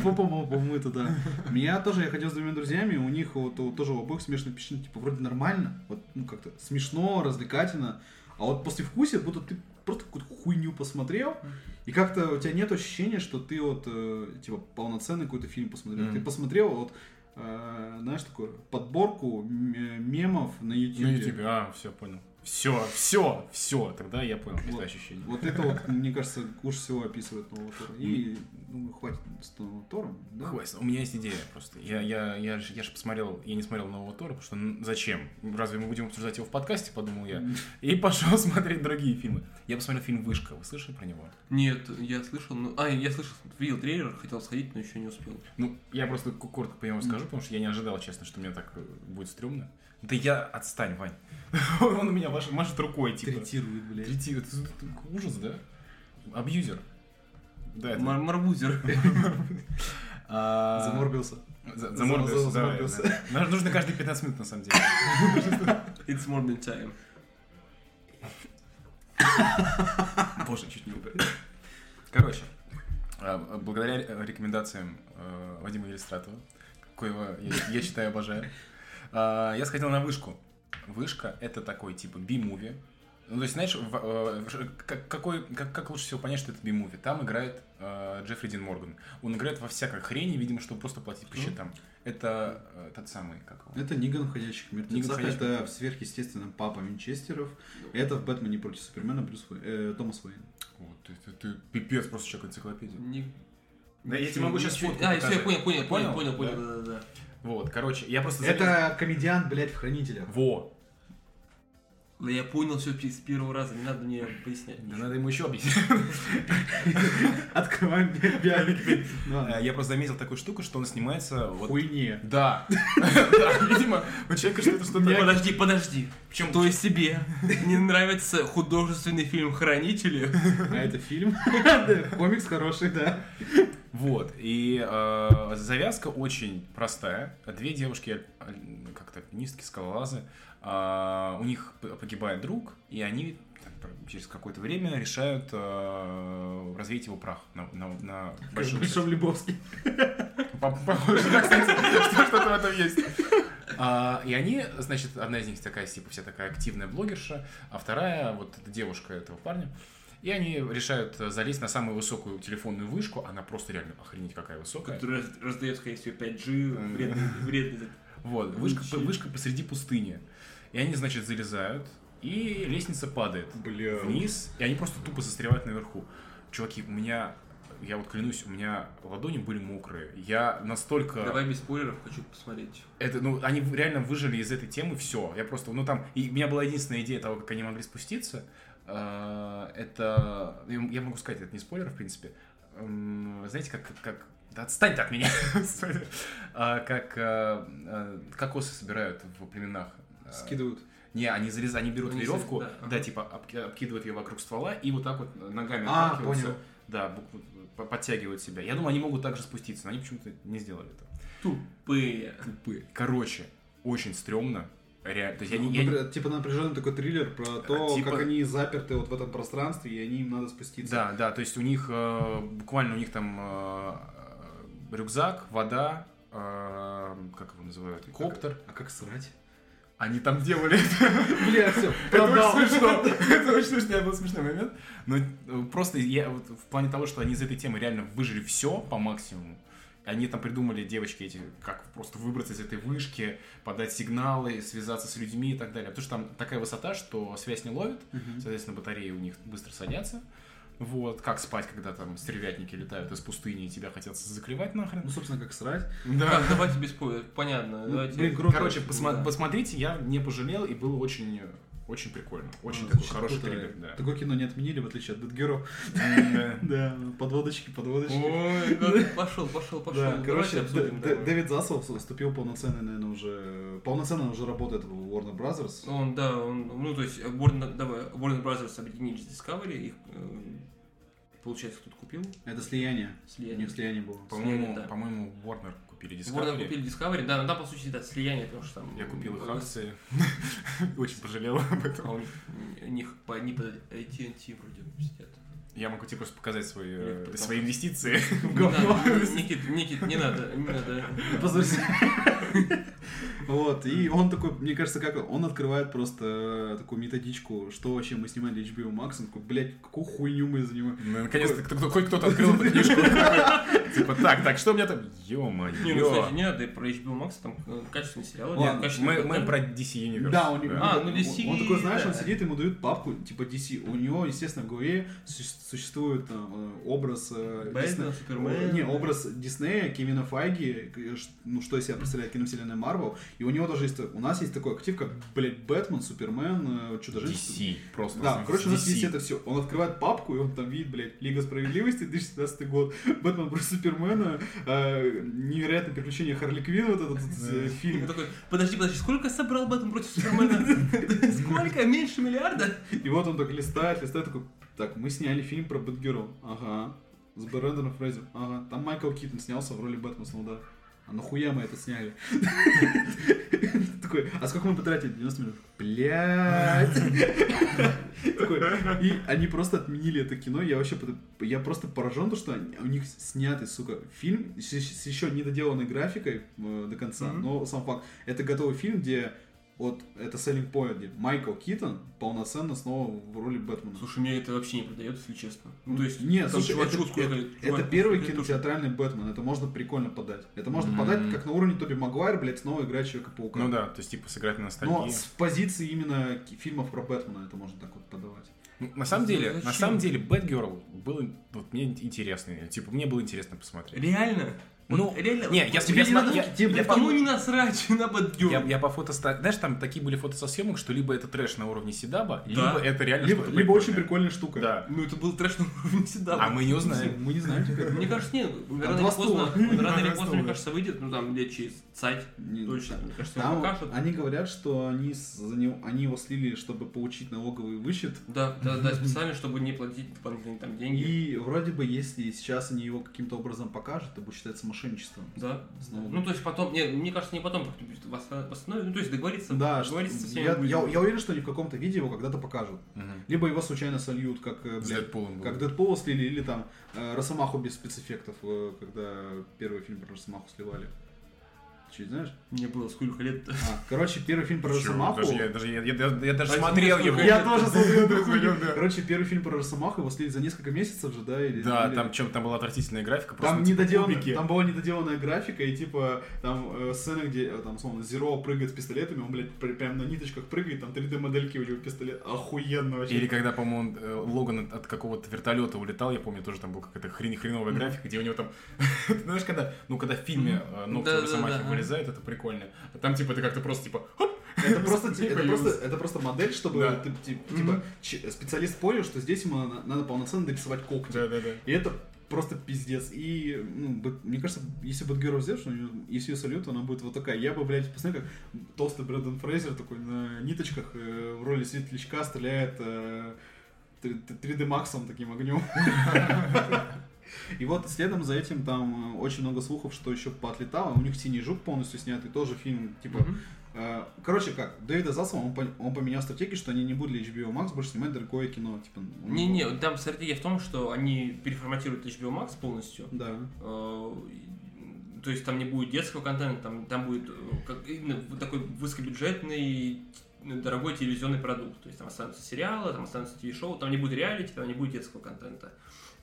S1: попа была помыта, да. Меня тоже, я ходил с двумя друзьями, у них вот, вот тоже у обоих смешанное впечатление, типа, вроде нормально, вот, ну, как-то смешно, развлекательно, а вот после вкуса, будто ты просто какую-то хуйню посмотрел, и как-то у тебя нет ощущения, что ты вот, э, типа, полноценный какой-то фильм посмотрел.
S2: Мгм.
S1: Ты посмотрел вот, э, знаешь, такую подборку м- э, мемов на YouTube.
S2: На YouTube, а, все, понял. Все, все, все. Тогда я понял, это
S1: Вот.
S2: ощущение.
S1: Вот это вот, мне кажется, хуже всего описывает нового Тора. И, ну, хватит с новым Тором, да?
S2: Хватит. У меня есть идея просто. Я, я, я, же, я же посмотрел, я не смотрел нового Тора, потому что ну, зачем? Разве мы будем обсуждать его в подкасте, подумал я. И <laughs> пошел смотреть другие фильмы. Я посмотрел фильм Вышка. Вы слышали про него?
S3: <laughs> Нет, я слышал, ну, а, я слышал, видел трейлер, хотел сходить, но еще не успел.
S2: Ну, я просто ку- коротко по нему скажу, потому что я не ожидал, честно, что мне так э, будет стрёмно. Да я отстань, Вань. <laughs> Он у меня маш- машет рукой, типа.
S1: Третирует, блядь.
S2: Третий. Это это ужас, да? Абьюзер. Да, это...
S3: Мар- Марбузер.
S2: А,
S1: <laughs> Заморбился.
S2: за-
S1: за-
S2: Заморбился, да,
S1: заморбился.
S2: да. Нам Нужно каждые 15 минут, на самом деле.
S3: <laughs> It's Morbin Time.
S2: Боже, чуть не убил. <coughs> Короче, а, а, благодаря э, рекомендациям э, Вадима Елистратова, коего я, я считаю обожаю, а, я сходил на вышку. Вышка — это такой типа би-муви. Ну, то есть, знаешь, в- э, в- как, какой, как, как лучше всего понять, что это би-муви? Там играет э, Джеффри Дин Морган. Он играет во всякой хрени, видимо, чтобы просто платить по
S3: Ну.
S2: счетам. Это э, тот самый, как его?
S1: Это Ниган в «Ходячих
S2: Ниган в
S1: мертвецах»,
S2: «Ходячих
S1: это
S2: мертвецах».
S1: в «Сверхъестественном» папа Винчестеров, это в «Бэтмене против Супермена» Брюс Уэй- э, Томас Уэйн.
S2: Вот, ты, ты- ты пипец, просто человек энциклопедия.
S3: Не-
S2: Да, я тебе могу щас
S3: Ничего-
S2: фотку
S3: А, все, я
S2: показать.
S3: понял, понял,
S2: Понял?
S3: понял, понял,
S2: Да.
S3: да, да, да.
S2: Вот, короче, я просто... залез-
S1: Это комедиант, блядь,
S2: <laughs>
S1: в «Хранителях».
S2: Во,
S3: Да я понял все с первого раза, не надо мне пояснять.
S2: Да надо ему еще объяснить.
S1: Открываем би- биографию. Да.
S2: Я просто заметил такую штуку, что он снимается вот... <laughs>
S1: Хуйне.
S2: Да. Да, видимо, у человека что-то что-то...
S3: Подожди, подожди.
S2: Причем
S3: То есть тебе не нравится художественный фильм «Хранители»?
S1: А это
S2: <laughs>
S1: фильм. Да, Комикс хороший, да.
S2: Вот, и э, завязка очень простая. Две девушки, аль- как-то альпинистки, скалолазы, э, у них п- погибает друг, и они там, про- через какое-то время решают э, развеять его прах на, на- на
S1: В
S2: большом-
S1: Большом Любовске.
S2: По- Похоже, да, кстати, <laughs> что- что-то в этом есть. А, и они, значит, одна из них такая, типа, вся такая активная блогерша, а вторая, вот эта девушка этого парня, и они решают э, залезть на самую высокую телефонную вышку, она просто реально охренеть какая высокая.
S3: Который раз- раздает, скорее всего, 5G,
S2: Э.
S3: вредный, вредный.
S2: Вот, вышка,
S3: Ничего.
S2: вышка посреди пустыни. И они, значит, залезают, и лестница падает
S1: Бля.
S2: вниз, и они просто тупо застревают наверху. Чуваки, у меня, я вот клянусь, у меня ладони были мокрые. Я настолько...
S3: Давай без спойлеров, хочу посмотреть.
S2: Это, ну, они в- реально выжили из этой темы все. Я просто, ну там, и у меня была единственная идея того, как они могли спуститься. Э, Это, я м- я могу сказать, это не спойлер, в принципе. М, Знаете, как, как, да отстань ты от меня, <laughs> Сори. А, как э, э, кокосы собирают в племенах. Э,
S1: Скидывают.
S2: Не, они залезают, они берут
S3: Они
S2: веревку,
S3: залезают, да,
S2: да,
S3: ага.
S2: типа обки- обкидывают ее вокруг ствола и вот так вот ногами
S1: А,
S2: отталкиваются.
S1: понял.
S2: Да, букву- по- подтягивают себя. Я думаю, они могут также спуститься, но они почему-то не сделали этого.
S3: Тупые.
S2: Тупые. Короче, очень стрёмно. Реально. То есть я не... я не-
S1: Напря- Типа напряженный такой триллер про то,
S2: типа-
S1: как они заперты вот в этом пространстве, и они им надо спуститься.
S2: Да, да, то есть у них, э, буквально у них там э, э, рюкзак, вода, э, как его называют, коптер.
S1: А как срать?
S2: Они там делали
S1: Бля, все,
S2: Это
S1: продал.
S2: очень смешно. Это очень смешной был смешной момент. Но э, просто я вот в плане того, что они из этой темы реально выжили все по максимуму. Они там придумали, девочки эти, как просто выбраться из этой вышки, подать сигналы, связаться с людьми и так далее. Потому что там такая высота, что связь не ловит, соответственно, батареи у них быстро садятся. Вот, как спать, когда там стервятники летают из пустыни и тебя хотят заклевать
S1: Ну,
S2: нахрен.
S1: собственно, как срать.
S2: Да.
S3: Так, давайте без спойлеров. Понятно.
S1: Ну,
S3: давайте.
S1: блин, круто.
S2: Короче, посма-
S3: Да.
S2: посмотрите, я не пожалел, и было очень, очень прикольно. Очень
S1: Ну,
S2: такой
S1: звучит
S2: хороший
S1: круто.
S2: триллер, да.
S1: Такое кино не отменили, в отличие от Дэдгеров.
S2: Да.
S1: <laughs> Да, подводочки, подводочки.
S3: Ой, как- пошел, пошел, пошел.
S1: Да,
S3: Давайте
S1: короче,
S3: обсудим,
S1: Дэ- Дэ-
S3: давай.
S1: Дэвид Заслов вступил полноценно, наверное, уже... Полноценно уже работает в Warner Brothers.
S3: Он, да, он, ну, то есть, Warner, давай, Warner Brothers объединились с Discovery, их, э, получается, кто-то купил,
S1: Это слияние. У
S3: слияние.
S1: них слияние было. <laughs>
S2: По-моему,
S3: да.
S2: по-моему, Warner купили
S3: Warner
S2: Discovery.
S3: купили Discovery, да, но там, по сути, да, слияние, потому что там...
S2: Я купил их
S3: э,
S2: акции. <laughs> Очень пожалел об
S3: А
S2: этом.
S3: у них, у них по, не под AT&T вроде
S2: <laughs>
S3: сидят.
S2: Я могу тебе просто показать свои,
S3: Или кто
S2: э,
S3: там?
S2: свои инвестиции
S3: <laughs>
S2: в
S3: Не
S2: говно.
S3: надо, Никит, Никит, не надо, не
S2: <laughs>
S3: надо.
S1: Позорься. <laughs> Вот, и он такой, мне кажется, как он открывает просто такую методичку, что вообще мы снимаем для HBO Max, он такой, блядь, какую хуйню мы занимаем.
S2: Ну, Наконец-то кто- хоть кто-то открыл эту книжку. Типа, так, так, что у меня там?
S3: Не, ну, кстати,
S2: Ё-моё.
S3: не надо, и про HBO Max, там э, качественные сериалы,
S1: Ладно,
S3: нет, качественный
S2: Мы мы
S3: контент.
S2: про DC Universe.
S1: Да, он,
S3: А, ну,
S1: он-
S3: DC,
S1: он такой, знаешь, он
S3: да.
S1: сидит, ему дают папку, типа DC. У него, естественно, в голове су- существует там, э, образ э,
S3: Бэтмен,
S1: Диснея-
S3: Супермен.
S1: Не,
S3: <laughs>
S1: образ Диснея, Кевина Файги, к- ш- ну что из себя представляет киновселенная Марвел. И у него даже есть, у нас есть такой актив, как, блядь, Бэтмен, Супермен, э, Чудо-женщина.
S2: DC. Просто
S1: Да, короче, у нас
S2: DC.
S1: есть это все. Он открывает папку, и он там видит, блядь, Лига справедливости, 2017 год, Бэтмен против Супермена, э, невероятное приключение Харли Квинн, вот этот э,
S3: Он
S1: фильм.
S3: такой, подожди, подожди, сколько собрал Бэтмен против Супермена? <laughs> Сколько? Меньше миллиарда?
S1: И вот он так листает, листает, такой, так, мы сняли фильм про Бэтгерл. Ага. С Брэндоном Фрейзером. Ага. Там Майкл Киттон снялся в роли Бэтмена, ну да. А нахуя мы это сняли? <laughs> Такой, а сколько мы потратили? 90 минут. <laughs> Блять. И они просто отменили это кино. Я вообще под- я просто поражен, то, что они- у них снятый, сука, фильм с, с еще недоделанной графикой э, до конца.
S3: Мгм.
S1: Но сам факт, это готовый фильм, где вот это Selling Point, где Майкл Китон полноценно снова в роли Бэтмена.
S3: Слушай, мне это вообще не продается, если честно. Ну, то есть,
S1: Нет,
S3: там
S1: слушай, это,
S3: чувачку сколько-
S1: это- это
S3: чувак,
S1: первый
S3: сколько лет уже?
S1: кинотеатральный Бэтмен, это можно прикольно подать. Это можно
S2: М.
S1: подать как на уровне Тоби Магуайр, блядь, снова играть Человека-паука.
S2: Ну да, то есть, типа, сыграть на
S1: Но
S2: ностальгии.
S1: с позиции именно ки- фильмов про Бэтмена это можно так вот подавать.
S2: Ну, На самом деле, на
S3: Зачем?
S2: самом деле, Batgirl был вот мне интересно, типа мне было интересно посмотреть.
S3: Реально?
S2: Ну,
S3: реально?
S2: не, я-
S3: тебе
S2: я
S3: не
S2: смо-
S3: надо-
S2: я-
S3: тебе,
S2: я
S3: блядь, кому
S2: по-
S3: не насрать <laughs> на Бэтгёрл?
S2: Я, я по фото, ста- знаешь, там такие были фото со съемок, что либо это трэш на уровне Седаба, либо это реально
S1: Либо,
S2: что-то
S1: либо очень
S2: прикольное.
S1: прикольная штука.
S2: Да.
S3: Ну, это был трэш <laughs> на уровне всегда.
S2: А мы не
S1: Знаем,
S2: узнаем.
S1: Мы не знаем теперь.
S2: <laughs>
S3: Мне кажется, нет, рано
S1: два
S3: или поздно,
S1: стула.
S3: он рано или
S2: Два
S3: поздно,
S2: стула.
S3: мне кажется, выйдет, ну, там, лет через цать,
S1: Не,
S3: точно,
S1: да.
S3: мне кажется, его
S1: Там
S3: покажут.
S1: они говорят, что они, с- за него, они его слили, чтобы получить налоговый вычет.
S3: Да, да, да, специально, чтобы не платить дополнительные там деньги.
S1: И вроде бы, если сейчас они его каким-то образом покажут, это будет считаться мошенничеством.
S3: Да.
S1: Снова.
S3: Ну, то есть потом, не, мне кажется, не потом как-то будет восста- восстановить, ну, то есть договориться,
S1: Да, что-
S3: договориться со всеми
S1: я,
S3: будет.
S1: я- я уверен, что они в каком-то виде его когда-то покажут.
S2: Мгм.
S1: Либо его случайно сольют, как, э,
S2: С
S1: блядь,
S2: Дэдпулом
S1: как
S2: был.
S1: Дэдпула слили, или там э, Росомаху без спецэффектов, э, когда первый фильм про Росомаху сливали. Чуть знаешь?
S3: Мне было сколько лет
S1: А, короче, первый фильм про
S2: Чё,
S1: Росомаху...
S2: даже я- даже я- я- я- я даже
S3: А
S2: смотрел
S3: тебе
S2: его.
S1: <laughs>
S3: сколько?
S1: Я
S2: <laughs>
S1: тоже смотрю эту хуйню.
S2: Да.
S1: Короче, первый фильм про Росомаху его слили за несколько месяцев же, да? Или,
S2: Да,
S1: или-
S2: там чем там была отвратительная графика, просто
S1: Там,
S2: типа,
S1: недоделан-
S2: кубики.
S1: там была недоделанная графика, и типа там э, сцена, где э, там, условно, Зеро прыгает с пистолетами, он, блядь, при- прям на ниточках прыгает, там 3D-модельки у него пистолет. Охуенно вообще.
S2: Или когда, по-моему, он, э, Логан от- от какого-то вертолета улетал, я помню, тоже там был какая-то хрен хреновая графика, где у него там... <laughs> Ты знаешь, когда, ну, когда в фильме э, ногти у
S3: Да-да-да,
S2: Росомахи
S3: ага.
S2: вылезают, это прикольно. А там, типа, это как-то просто, типа, хоп!
S1: Это просто,
S2: Типа,
S1: это, просто, это просто модель, чтобы
S2: Да.
S1: ты, ти- типа,
S2: Мгм.
S1: ч- специалист понял, что здесь ему на- надо полноценно дорисовать когти.
S2: Да-да-да.
S1: И это просто пиздец. И, ну, Бэт- мне кажется, если Бэтгерл взять, что у неё- если ее сольют, она будет вот такая. Я бы, блядь, посмотри, как толстый Брэндон Фрейзер такой на ниточках э, в роли светлячка стреляет э, 3D Максом таким огнем. И вот следом за этим там э, очень много слухов, что еще поотлетало. У них «Синий жук» полностью снятый, тоже фильм, типа,
S3: Мгм.
S1: Э, Короче, как, Дэвида Заслова, он, пон- он поменял стратегию, что они не будут для HBO Max больше снимать дорогое кино. Типа, у него-
S3: Не-не, там стратегия в том, что они переформатируют HBO Max полностью.
S1: Да.
S3: Э, и- То есть там не будет детского контента, там, там будет э, как, именно вот такой высокобюджетный ну, дорогой телевизионный продукт. То есть там останутся сериалы, там останутся телешоу, там не будет реалити, там не будет детского контента.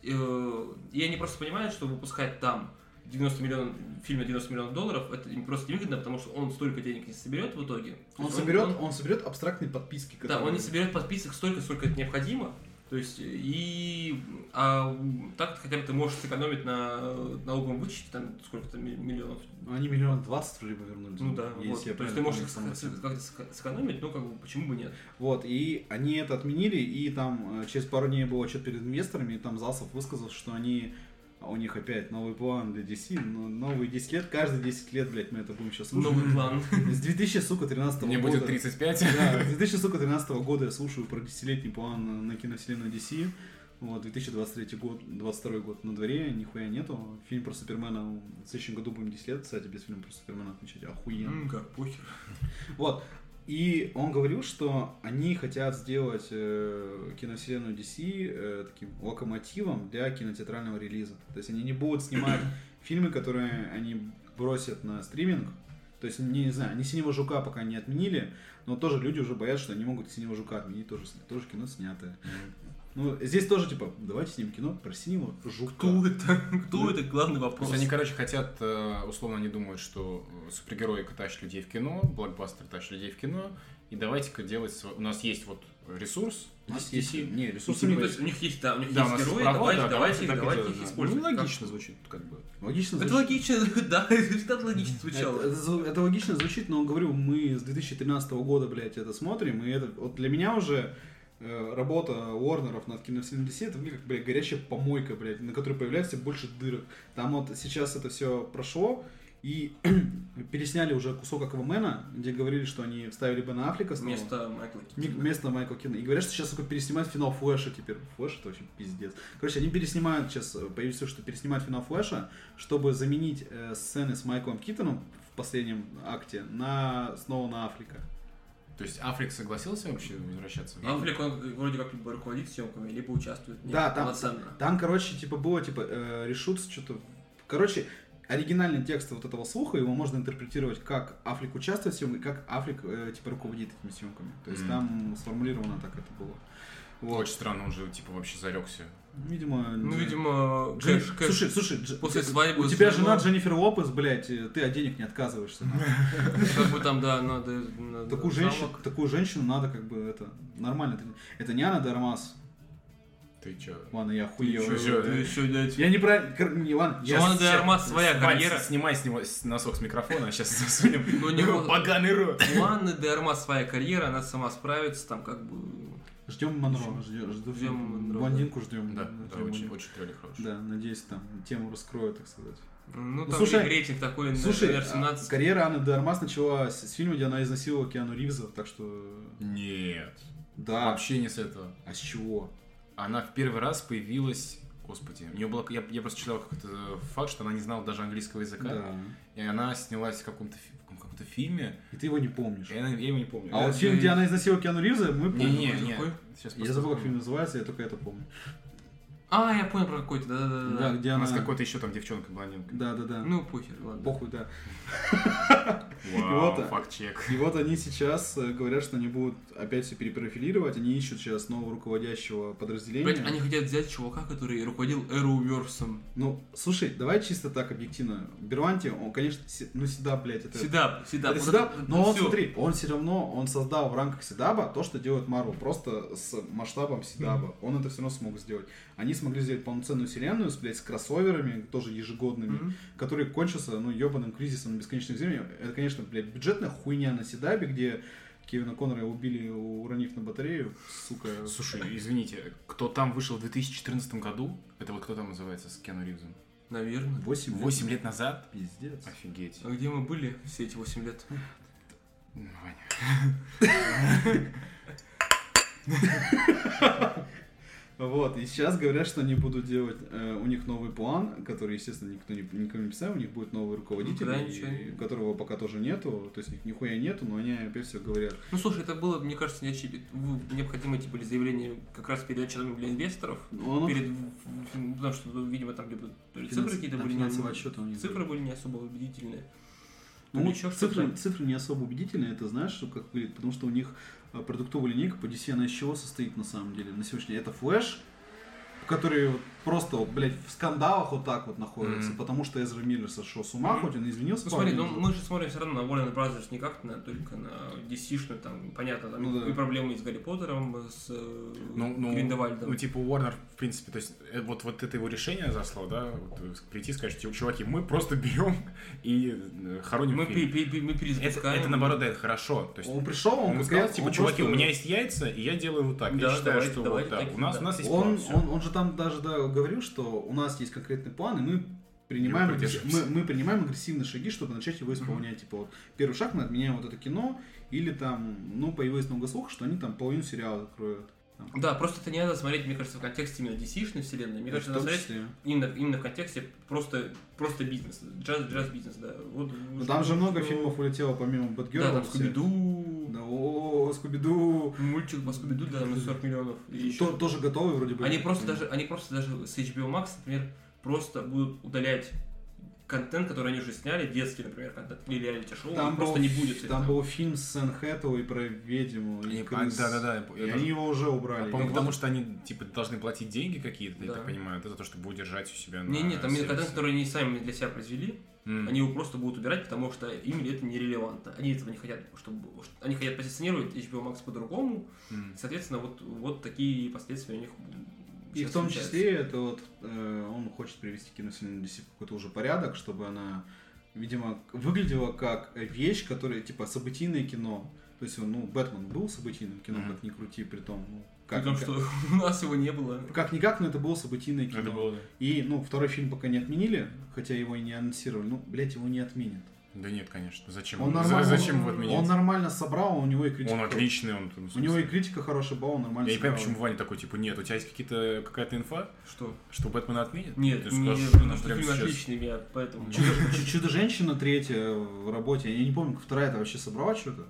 S3: Э, И они просто понимают, что выпускать там 90 миллионов, фильме 90 миллионов долларов, это им просто невыгодно, потому что он столько денег не соберет в итоге. То
S1: Он
S3: есть
S1: соберет, он соберет абстрактные подписки,
S3: да,
S1: которые...
S3: он не соберет подписок столько, сколько это необходимо. То есть, и а так хотя бы ты можешь сэкономить на э, налоговом вычете, там сколько-то ми- миллионов.
S1: Они миллион двадцать вроде бы вернули.
S3: Ну да,
S1: если я
S3: вот. То есть ты
S1: правильно
S3: можешь
S1: помню
S3: их
S1: информацию.
S3: сэк- как-то сэк- сэкономить, но как бы почему бы нет?
S1: Вот, и они это отменили, и там э, через пару дней был отчет перед инвесторами, и там Засов высказал, что они а у них опять новый план для DC, но новые 10 лет, каждые 10 лет, блядь, мы это будем сейчас слушать.
S3: Новый план.
S1: С 2013
S2: Мне
S1: года.
S2: будет 35.
S1: Да, с 2013 года я слушаю про десятилетний план на киновселенную DC. Вот, 2023 год, 22 год на дворе, нихуя нету. Фильм про Супермена в следующем году будем 10 лет, кстати, без фильма про Супермена отмечать, охуенно.
S3: М, Как похер.
S1: <laughs> Вот. И он говорил, что они хотят сделать э, киновселенную DC э, таким локомотивом для кинотеатрального релиза. То есть они не будут снимать фильмы, которые они бросят на стриминг. То есть, не, не знаю, они «Синего жука» пока не отменили, но тоже люди уже боятся, что они могут «Синего жука» отменить, тоже, сня- тоже кино снятое. Ну, здесь тоже, типа, давайте снимем кино про «Синего жука».
S3: Кто это? Кто это? Главный
S2: То
S3: вопрос.
S2: есть они, короче, хотят, э, условно, они думают, что э, супергероика тащит людей в кино, блокбастер тащит людей в кино, и давайте-ка делать... сво- У нас есть вот ресурс.
S1: У нас
S2: DC.
S1: есть... Не,
S3: Ну,
S1: ресурсы
S3: то
S1: есть.
S3: есть у них есть, да, у них
S2: Да, у
S3: есть
S2: нас
S3: герои,
S2: есть права,
S3: давайте,
S2: да,
S3: давайте, их-
S2: так и
S3: давайте
S2: делаем,
S3: их
S2: да.
S3: использовать.
S2: Ну, логично звучит, как бы.
S1: Логично
S3: Это
S1: звучит.
S3: логично, <laughs> да, результат логично звучало.
S1: Это, это зву- это логично звучит, но говорю, мы с 2013 года, блядь, это смотрим, и это вот для меня уже э, работа Уорнеров над киновселенной DC это выглядит как, блядь, горячая помойка, блядь, на которой появляется больше дырок. Там вот сейчас это все прошло, и <clears throat> пересняли уже кусок Аквамена, где говорили, что они вставили Бена Аффлека снова.
S3: Вместо Майкла
S1: Ник-
S3: Китона.
S1: Вместо Майкла Кина. И говорят, что сейчас только переснимают финал Флэша теперь. Флэш это вообще пиздец. Короче, они переснимают сейчас, э, появилось, всё, что переснимают финал Флэша, чтобы заменить э, сцены с Майклом Китоном в последнем акте на снова на Африка.
S2: То есть Африк согласился вообще возвращаться?
S3: Аффлек, он вроде как либо руководит съемками, либо участвует. не
S1: Да, там-
S3: полноценно.
S1: Там, короче, типа было, типа, решутся что-то... Короче, оригинальный текст вот этого слуха, его можно интерпретировать как Африк участвует в съемке, как Африк, э, типа, руководит этими съемками. То есть
S2: Мгм.
S1: там сформулировано так это было. Вот.
S2: Очень странно, он же, типа, вообще зарекся.
S1: Видимо...
S3: Ну,
S1: не-
S3: видимо,
S1: Джен-
S3: кэш, кэш.
S1: Слушай, слушай, Дж-
S3: После
S1: ты-
S3: свадьбы
S1: У тебя
S3: с
S1: жена
S3: женой.
S1: Дженнифер Лопес, блядь, э, ты от денег не отказываешься. нахуй.
S3: Как бы там, Ну, да, надо... надо
S1: Такую женщину,
S3: замок.
S1: такую женщину надо как бы это нормально. Это- Это не Анна Дармас.
S2: Ты чё?
S1: Ладно, я
S3: Ты
S1: хуею.
S3: чё, ты чё, блядь?
S1: Я неправильно. кор- Не, ладно, я
S3: Жуан де
S1: сейчас-
S3: Ну Армас своя
S2: Вань,
S3: карьера.
S2: Снимай с него с- носок с микрофона, сейчас <laughs> засунем.
S3: Ну, не
S2: Его
S3: буду.
S2: Поганый рот.
S3: У Анны де Армас своя карьера, она сама справится, там как бы...
S1: Ждем Монро. ждё-
S3: Ждём
S1: Ждем
S3: Монро,
S1: блондинку,
S3: Ну,
S1: ждем.
S2: Да, да, очень,
S1: Монро.
S2: очень трейлер хороший.
S1: Да, надеюсь, там тему раскрою, так сказать.
S3: Ну,
S1: Ну,
S3: там
S1: слушай,
S3: и рейтинг такой,
S1: Слушай,
S3: наверное,
S1: а,
S3: 17.
S1: карьера Анны Дармас началась с фильма, где она изнасиловала Киану Ривза, так что...
S2: Нет.
S1: Да,
S2: Вообще не с этого.
S1: а с чего?
S2: Она в первый раз появилась... Господи, у нее была... Я, я просто читал какой-то факт, что она не знала даже английского языка.
S1: Да.
S2: И она снялась в каком-то, фи- в каком- каком-то фильме.
S1: И ты его не помнишь.
S2: Я, я его не помню.
S1: А
S3: Я
S1: вот фильм, где
S3: надеюсь-
S1: она изнасиловала Киану Ривза, мы
S2: не, не,
S1: помним.
S2: не.
S3: Какой?
S2: Сейчас
S1: Я
S2: просто
S1: забыл, как
S2: вспомню.
S1: фильм называется, я только это помню.
S3: А, я понял про какой-то, да-да-да.
S1: Да, где
S2: У
S1: она...
S2: нас какой-то еще там девчонка
S1: <laughs>
S2: блондинка.
S1: Да, да, да.
S3: Ну, похер, ладно.
S1: Похуй, да.
S2: Вау,
S1: вот, а.
S2: факт-чек.
S1: И вот они сейчас э, говорят, что они будут опять все перепрофилировать, они ищут сейчас нового руководящего подразделения.
S3: Блять, они хотят взять чувака, который руководил Arrowverse.
S1: Ну, слушай, давай чисто так объективно. Берванти, он, конечно, се- ну всегда, блядь, это...
S3: Седап,
S1: это
S3: Седап. вот
S1: Седап,
S3: это- ну,
S1: но он,
S3: всё.
S1: смотри, он все равно, он создал в рамках Седаба то, что делает Марвел, просто с масштабом Седаба. Он это все равно смог сделать. Они смогли сделать полноценную вселенную, с, блядь, с кроссоверами, тоже ежегодными.
S3: Мгм.
S1: который кончился, ну, ебаным кризисом бесконечных земель. Это, конечно, блядь, бюджетная хуйня на Седабе, где Кевина Коннора убили, уронив на батарею, сука.
S2: Слушай, извините, кто там вышел в 2014 году? Это вот кто там называется с Киану Ривзом?
S3: Наверное.
S1: 8,
S2: 8 лет назад?
S1: Типа Пиздец. Э,
S2: Офигеть.
S3: А где мы были все эти 8 лет?
S2: Ну, Ваня.
S1: Вот, и сейчас говорят, что они будут делать, э, у них новый план, который, естественно, никто не, никому не писал, у них будет новый руководитель,
S3: Ну, да,
S1: и-
S3: ничего не-
S1: которого пока тоже нету, то есть их нихуя нету, но они опять все говорят.
S3: Ну, слушай, это было, мне кажется, не очевид- в- необходимо эти были заявления как раз перед отчетами для инвесторов.
S1: Ну, оно-
S3: Перед, ну, потому что, ну, видимо, там либо то ли
S1: Финанс-
S3: цифры какие-то
S1: там
S3: были
S1: финансовые
S3: не...
S1: отчеты у них
S3: Цифры были не особо убедительные.
S1: Ну,
S3: Ну,
S1: вот
S3: чё, что
S1: цифры,
S3: там?
S1: цифры не особо убедительные, это знаешь, что как выглядит, потому что у них э, продуктовая линейка по DC, она из чего состоит на самом деле? На сегодняшний день это Flash, которые вот просто, вот, блядь, в скандалах вот так вот находятся,
S2: Мгм.
S1: потому что Эзра Миллер сошел с ума,
S3: Мгм.
S1: хоть он извинился.
S3: Ну,
S1: пару
S3: смотри, ну,
S1: минут.
S3: мы же смотрим все равно на Warner Brothers не как на, только на DC-шную, там, понятно, там
S1: Ну да.
S3: и проблемы и с Гарри Поттером, с э,
S2: Ну, ну,
S3: Гриндевальдом.
S2: ну, типа Warner, в принципе, то есть э, вот, вот это его решение засло, да, вот, э, прийти и сказать, «Чу- чуваки, мы просто берем и э, хороним
S3: мы,
S2: фильм».
S3: пере- пере- мы
S2: Это,
S3: перезапускаем.
S2: это, наоборот, да, это хорошо. То есть
S1: Он пришел, он,
S2: он
S1: как
S2: сказал,
S1: раз-
S2: типа,
S1: он
S2: чуваки,
S1: просто-
S2: у меня есть яйца, и я делаю вот так. я
S3: Да,
S2: считаю,
S3: давайте-
S2: что
S3: давайте
S2: вот так.
S3: так,
S2: у нас,
S3: да.
S2: у нас есть
S1: он,
S2: план, всё.
S1: он, он же там даже да, говорил, что у нас есть конкретный план, и мы принимаем,
S2: Его
S1: агресс- мы,
S2: придерживаемся.
S1: мы принимаем агрессивные шаги, чтобы начать его исполнять. Типа вот первый шаг мы отменяем вот это кино, или там, ну, появилось много слухов, что они там половину сериала закроют. Там,
S3: Да, просто это не надо смотреть, мне кажется, в контексте именно DC-шной вселенной. Мне
S1: в
S3: кажется,
S1: том
S3: надо смотреть
S1: числе.
S3: именно, именно в контексте просто, просто бизнес, джаз, бизнес, да. Вот,
S1: Ну, там же много
S3: что-
S1: фильмов улетело помимо
S3: Да,
S1: Бэтгерла.
S3: там
S1: все.
S3: Скуби-Ду,
S1: Да, о, Скуби-Ду.
S3: мультик по Скуби-Ду, да, на 40 миллионов. и ещё.
S1: То- Тоже готовы вроде бы.
S3: Они просто даже, они просто даже с HBO Max, например, просто будут удалять контент, который они уже сняли, детский, например, контент, или реалити-шоу,
S1: Там
S3: их
S1: был-
S3: Ну, просто не будет.
S1: Там
S3: этого.
S1: был фильм с Сэн Хэтэуэй про ведьму и
S2: И-
S1: крыс.
S2: а, Да-да-да.
S1: И
S2: я тоже-
S1: они его уже убрали.
S2: По-моему,
S3: Ну,
S2: потому что они, типа, должны платить деньги какие-то, я
S3: Да.
S2: так понимаю, да, за то, чтобы удержать у себя на
S3: Не-не, там именно
S2: сервисе.
S3: контент, который они сами для себя произвели,
S2: М.
S3: они его просто будут убирать, потому что им это нерелевантно. Они этого не хотят, чтобы они хотят позиционировать HBO Max по-другому.
S2: М.
S3: Соответственно, вот, вот такие последствия у них
S1: И
S3: сейчас
S1: в том
S3: случаются.
S1: числе это вот э, он хочет привести киновселенную DC в какой-то уже порядок, чтобы она, видимо, выглядела как вещь, которая типа событийное кино. То есть, ну, Бэтмен был событийным кино,
S2: Мгм.
S1: как ни крути, при том, ну,
S3: При
S1: как,
S3: том, что <laughs> у нас его не было.
S1: как никак, но это было событийное кино.
S2: Это было, да.
S1: И, ну, второй фильм пока не отменили, хотя его и не анонсировали. Ну, блядь, его не отменят.
S2: Да нет, конечно. Зачем?
S1: Он
S2: За-
S1: нормально-
S2: Зачем его отменять?
S1: Он нормально собрал, а у него и критика.
S2: Он отличный, он. там, в
S1: У
S2: смысле.
S1: него и критика хорошая была, он нормально
S2: Я не понимаю,
S1: собрал.
S2: почему Ваня такой, типа, нет, у тебя есть какие-то какая-то инфа,
S3: Что?
S2: что Бэтмена отменят?
S3: Нет,
S2: Ты
S3: не,
S2: скажешь,
S1: ну,
S3: потому
S2: нам
S3: что
S2: прямо
S3: фильм
S2: сейчас.
S3: отличный, я поэтому...
S1: Чудо-
S3: <laughs>
S1: Чу- Чудо-женщина третья в работе. Я не помню, вторая-то вообще собрала что-то.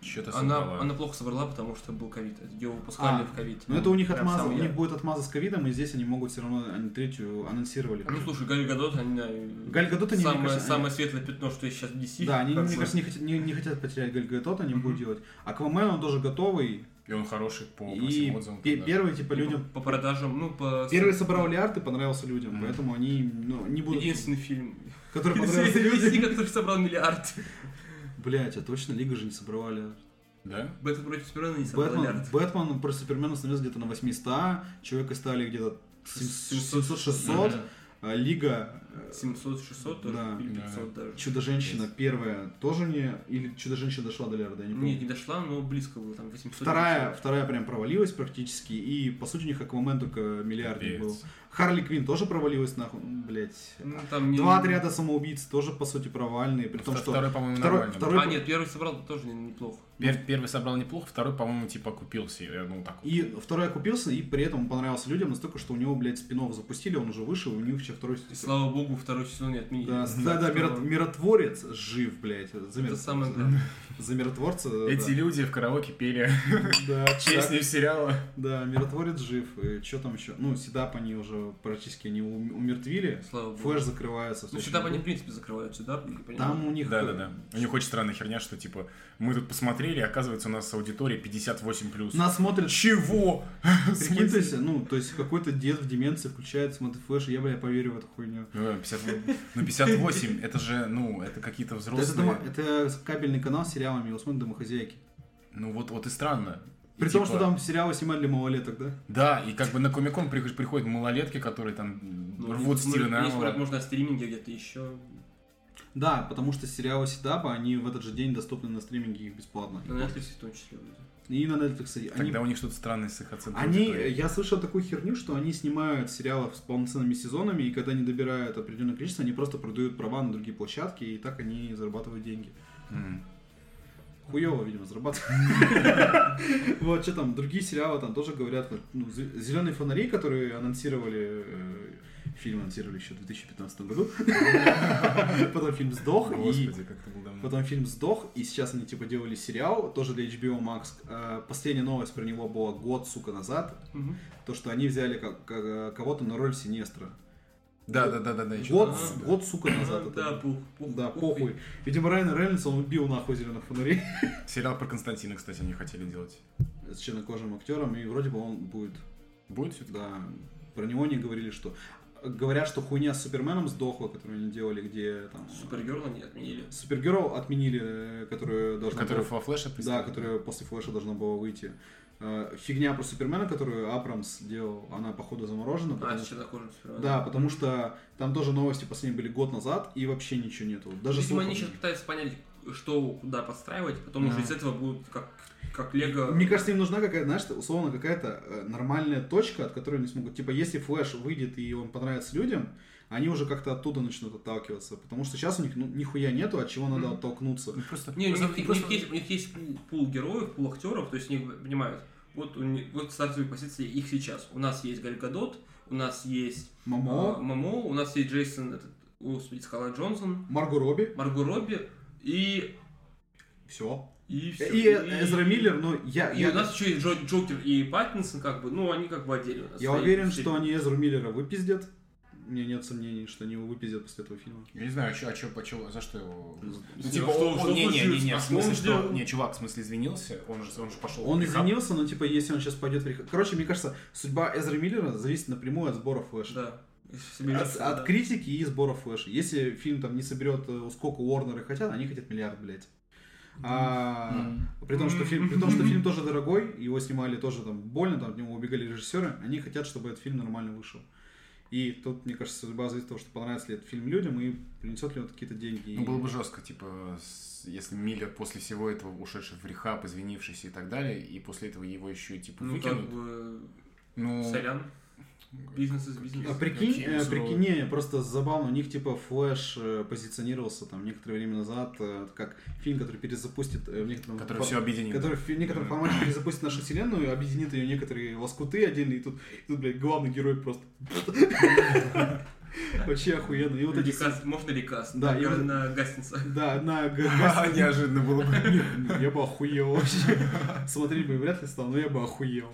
S2: Чё-то
S3: Она,
S2: собрала.
S3: она плохо собрала, потому что был ковид. Ее выпускали
S1: А,
S3: в ковид.
S1: Но это у них
S3: Ну, Прям
S1: отмаза,
S3: самый
S1: у них
S3: я.
S1: будет отмаза с ковидом, и здесь они могут все равно, они третью анонсировали.
S3: Ну слушай, Галь Гадот, они... э,
S1: Галь Гадот, они, мне
S3: самое,
S1: кажется,
S3: самое светлое пятно, что есть сейчас в DC.
S1: Да, они,
S3: как
S1: мне
S3: бы.
S1: кажется, не хотят, не, не хотят потерять Галь Гадот, они
S3: Мгм.
S1: будут делать. А Аквамен, он тоже готовый.
S2: И он хороший по, по
S1: и
S2: всем отзывам.
S1: пе-
S2: да.
S1: первый, типа,
S3: И
S1: людям...
S3: ну, По, по продажам, ну, по...
S1: Первый собрал лиард и понравился людям,
S2: Мгм.
S1: поэтому они ну, не будут...
S3: Единственный фильм.
S1: <laughs> Который
S3: <laughs>
S1: понравился
S3: DC,
S1: людям.
S3: который собрал миллиард. <laughs>
S1: Блять, а точно Лига же не собрала лиард.
S2: Да?
S3: Бэтмен против Супермена не собрал
S1: Бэтмен,
S3: миллиард.
S1: Бэтмен про Супермена становился где-то на 800, Человека стали где-то 700-600,
S2: Мгм.
S1: а Лига, э,
S3: 700-600 тоже,
S1: Да,
S3: или
S2: да.
S3: 500 даже.
S1: Чудо-женщина первая тоже не... Или Чудо-женщина дошла до Лиарда, я не помню.
S3: Нет, не дошла, но близко было, там 800.
S1: Вторая, вторая прям провалилась практически, и по сути у них Аквамен только миллиардник был.
S2: Капец. Ну,
S1: Харли Квин тоже провалилась нахуй, М, блядь.
S3: Ну, там не-
S1: Два отряда самоубийц тоже по сути провальные, при том,
S2: Втор-
S1: что...
S2: Второй, по-моему,
S1: второй-
S2: нормально.
S1: второй-
S3: А, нет, первый собрал тоже не- неплохо.
S2: Пер- Первый собрал неплохо, второй, по-моему, типа купился. я, Ну, так вот.
S1: И второй окупился, и при этом понравился людям настолько, что у него, блядь, спин запустили, он уже вышел, и у них еще второй...
S3: И слава богу, второй сезон не отменили.
S1: Да, да, да, мирот- миротворец жив, блядь. За, мир-
S3: Это самое главное.
S1: за миротворца.
S2: Эти
S1: да.
S2: люди в караоке
S1: <laughs>
S2: пели
S1: Да,
S2: песни из сериала.
S1: Да, миротворец жив. И что там еще? Ну, Седап они уже практически не умертвили.
S3: Слава богу.
S1: Флэш закрывается. в
S3: Ну,
S1: следующем
S3: сюда бы они, в
S1: году.
S3: принципе, закрываются, да? как я понимаю?
S1: Там у них...
S2: Да, да, да. У них очень странная херня, что типа мы тут посмотрели, оказывается, у нас аудитория 58 плюс.
S1: э,
S2: <laughs>
S1: Нас смотрят...
S2: Чего? В
S1: Прикинь, то
S2: смысле?
S1: есть, ну, то есть какой-то дед в деменции включает, смотрит флэш, и я, бля, поверю в эту хуйню.
S2: Ну, да, 50 ну, 58, это же, ну, это какие-то
S1: Да Это,
S2: взрослые.
S1: дома- это кабельный канал с сериалами, его смотрят домохозяйки.
S2: Ну вот, вот и странно. И
S1: При том,
S2: типа-
S1: что там сериалы снимали для малолеток, да?
S2: Да, и как бы на Комикон приход- приходят малолетки, которые там
S3: Ну,
S2: рвут
S3: может,
S2: Стивена
S3: Есть,
S2: Амела.
S3: может, можно о стриминге где-то еще.
S1: Да, потому что сериалы Седапа, они в этот же день доступны на стриминге их бесплатно.
S3: На Netflix в том числе. будет.
S1: И на Netflix. и Они
S2: Тогда у них что-то странное с их оценкой.
S1: Они, э,
S2: аудитории.
S1: я слышал такую херню, что они снимают сериалы с полноценными сезонами, и когда они добирают определенное количество, они просто продают права на другие площадки, и так они зарабатывают деньги.
S2: М.
S1: Хуево, видимо, зарабатывают. <laughs> Вот, что там, другие сериалы там тоже говорят, вот, ну, «Зеленые фонари», которые анонсировали, э, фильм анонсировали еще в 2015 году, <laughs> потом фильм сдох, и
S2: Господи, как это было давно.
S1: Потом фильм сдох, и сейчас они типа делали сериал, тоже для HBO Max. Э, Последняя новость про него была год, сука, назад.
S3: Мгм.
S1: То, что они взяли как- как- кого-то на роль Синестра.
S2: Да, да, да, да, да. я чё-то-
S1: Год,
S3: да.
S1: год, сука, назад.
S3: А,
S1: это
S3: Да,
S1: было.
S3: пух, пух.
S1: Да,
S3: пух.
S1: похуй. Видимо, Райан Рейнольдс, он убил нахуй зеленых фонарей
S2: Сериал про Константина, кстати, они хотели делать.
S1: с чернокожим актером, и вроде бы он будет,
S2: Будет все-таки?
S1: да, про него не говорили, что... Говорят, что хуйня с Суперменом сдохла, которую они делали, где там...
S3: Супергерла не отменили.
S1: Супергерл отменили, э, которую должна
S2: Который
S1: была-
S2: во флеше
S1: Да,
S2: представлен.
S1: которая после Флэша должна была выйти. Э, Фигня про Супермена, которую Абрамс делал, она походу заморожена.
S3: А,
S1: потому
S3: с
S1: что-
S3: чернокожим Суперменом.
S1: Да, потому что там тоже новости последние были год назад, и вообще ничего нету. Даже
S3: Видимо,
S1: слухов
S3: они
S1: нет.
S3: сейчас пытаются понять, что куда подстраивать, потом уже
S1: Да.
S3: из этого будут как, как Лего...
S1: Мне кажется, им нужна какая-то, знаешь, условно какая-то э, нормальная точка, от которой они смогут. Типа, если Флэш выйдет и он понравится людям, они уже как-то оттуда начнут отталкиваться. Потому что сейчас у них ну, нихуя нету, от чего надо
S3: Мгм.
S1: оттолкнуться.
S2: Ну, Просто...
S3: Не, у
S2: просто-
S3: них, у них
S2: просто-
S3: есть, у них есть пул, пул героев, пул актеров, то есть они понимают, вот, у них, вот стартовые позиции их сейчас. У нас есть Галь Гадот, у нас есть а,
S1: Мамо,
S3: Мамо, у нас есть Джейсон, этот, господи, Скала Джонсон,
S1: Марго Робби,
S3: Марго Робби и...
S1: все.
S3: И, всё.
S1: И э, Эзра Миллер, но я,
S3: И
S1: я,
S3: у нас еще есть Джо- Джокер и Паттинсон, как бы, ну, они как бы отдельно. у нас
S1: я
S3: стоят.
S1: уверен, что они Эзру Миллера выпиздят. У меня нет сомнений, что они его выпиздят после этого фильма.
S2: Я не знаю, а чё- а чё- по чё- за что его... Ну,
S3: Что-
S2: типа,
S3: что-
S2: он-
S3: что
S2: он- не, не, не, не,
S3: случилось?
S2: в смысле,
S3: А что он
S2: что...
S3: сделал?
S2: Не, чувак, в смысле, извинился, он же, он же пошел...
S1: Он извинился, но типа если он сейчас пойдет в рехаб- Короче, мне кажется, судьба Эзры Миллера зависит напрямую от сбора Флэша.
S3: Да.
S1: От, от критики и сбора флеша. Если фильм там не соберет э, сколько Уорнеры хотят, они хотят миллиард, блядь. А, при, том, что фильм, при том, что фильм тоже дорогой, его снимали тоже там больно, там от него убегали режиссеры, они хотят, чтобы этот фильм нормально вышел. И тут, мне кажется, судьба зависит от того, что понравится ли этот фильм людям и принесет ли он какие-то деньги.
S2: Ну, было бы жестко, типа, с- если Миллер после всего этого ушедший в рехаб, извинившийся и так далее, и после этого его еще, типа,
S3: Ну, как
S2: выкинут.
S3: бы...
S2: Ну,
S3: Сорян. Бизнес из
S1: А
S3: бизнеса.
S1: прикинь,
S2: Какие
S1: э,
S2: суровые.
S1: прикинь, не, просто забавно, у них типа Флэш э, позиционировался там некоторое время назад э, как фильм, который перезапустит э, в некотором
S2: который
S1: фо-
S2: все объединил. <laughs>
S1: который в некотором формате перезапустит нашу вселенную, объединит ее некоторые лоскуты отдельные, и тут, и тут, блядь, главный герой просто... <laughs> Вообще охуенно. И вот эти...
S3: Ликаст- можно ли каст?
S1: Да, и
S3: Наверно,
S1: вот- <laughs>
S3: на гостиница.
S1: Да, на г-
S2: Ха, Неожиданно Ну, было
S1: <laughs>
S2: бы.
S1: Я бы охуел вообще. Смотреть бы вряд ли стал, но я бы охуел.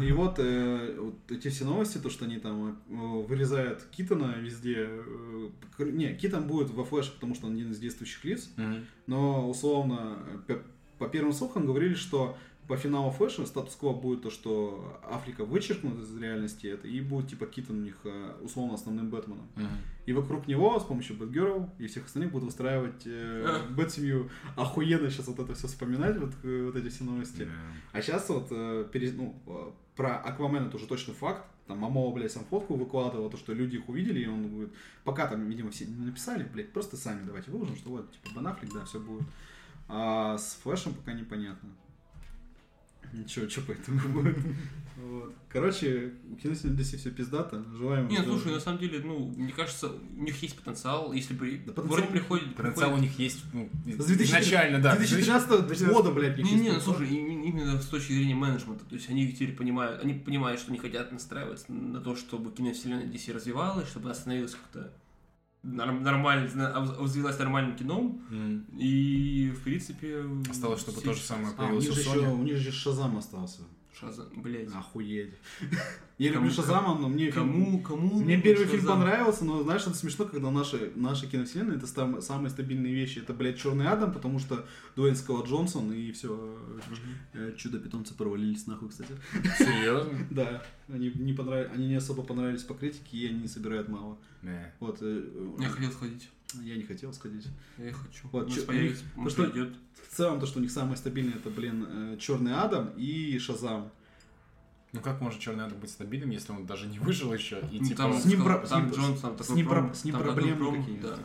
S1: И вот, э, вот эти все новости, то, что они там э, вырезают Китона везде. э, кр- не, Китон будет во флеше, потому что он один из действующих лиц.
S2: Мгм.
S1: Но, условно, э, п- по первым слухам говорили, что по финалу флеша статус-кво будет то, что Африка вычеркнут из реальности это, и будет, типа, Китон у них, э, условно, основным Бэтменом.
S2: Мгм.
S1: И вокруг него с помощью Бэтгерл и всех остальных будут устраивать э, Бэтсемью. Охуенно сейчас вот это все вспоминать, вот, э, вот эти все новости. А сейчас вот э, пере- ну, э, про Аквамена тоже точно факт. Там Мамова, блядь, сам фотку выкладывала, то, что люди их увидели, и он говорит, пока там, видимо, все не написали, блядь, просто сами давайте выложим, что вот, типа, Банафлик, да, все будет. А с Флэшем пока непонятно. Ничего, что по этому <laughs> будет. Вот. Короче, у киносиндеси все пиздато. Желаем...
S3: Нет,
S1: здоровья.
S3: слушай, на самом деле, ну, мне кажется, у них есть потенциал, если при...
S1: Да потенциал-
S3: вроде приходит...
S2: Потенциал у них есть, ну,
S1: С 2000
S2: изначально, да.
S1: 2013 года, блядь,
S3: Не, не,
S1: нечестно.
S3: ну слушай, и- и- именно с точки зрения менеджмента, то есть они теперь понимают, они понимают, что не хотят настраиваться на то, чтобы киновселенная DC развивалась, чтобы она становилась как-то нор- нормально, развилась нормальным кином,
S2: Мгм.
S3: и, в принципе...
S2: Осталось, чтобы
S3: все-
S2: то же самое
S1: А, у
S2: появилось
S1: них
S2: у
S1: же еще,
S2: Sony.
S1: у них же Шазам остался.
S3: Шазам, блядь.
S1: А. Охуеть. Я
S3: Кому-
S1: люблю Шазама, но мне фильм-
S3: Кому, кому?
S1: Мне
S3: нужен
S1: первый фильм
S3: Шазам?
S1: понравился, но знаешь, это смешно, когда наши, наши киновселенные это сам- самые стабильные вещи. Это, блядь, Черный Адам, потому что Дуэйн Скала Джонсон и все. Чудо-питомцы провалились нахуй, кстати.
S2: Серьезно?
S1: Да, они не, понрав... они не особо понравились по критике, и они собирают мало.
S2: Да.
S1: Вот, э,
S3: Я хотел сходить.
S1: я не хотел сходить.
S3: Я хочу.
S1: Вот,
S3: У нас
S1: чё-
S3: появится,
S1: ну
S3: может,
S1: что-
S3: идет.
S1: В целом, то, что у них самое стабильное, это, блин, Черный Адам и Шазам.
S2: Ну как может Черный Адам быть стабильным, если он даже не выжил еще? И
S3: Ну,
S2: типа...
S3: там,
S1: с ним
S3: сказал-
S1: про- с
S3: там
S1: ним-
S3: Джонс, там
S1: с
S3: такой
S1: ним про-
S3: пром-
S1: с ним
S3: там такой
S1: проблемы
S3: пром,
S1: какие-то.
S3: да.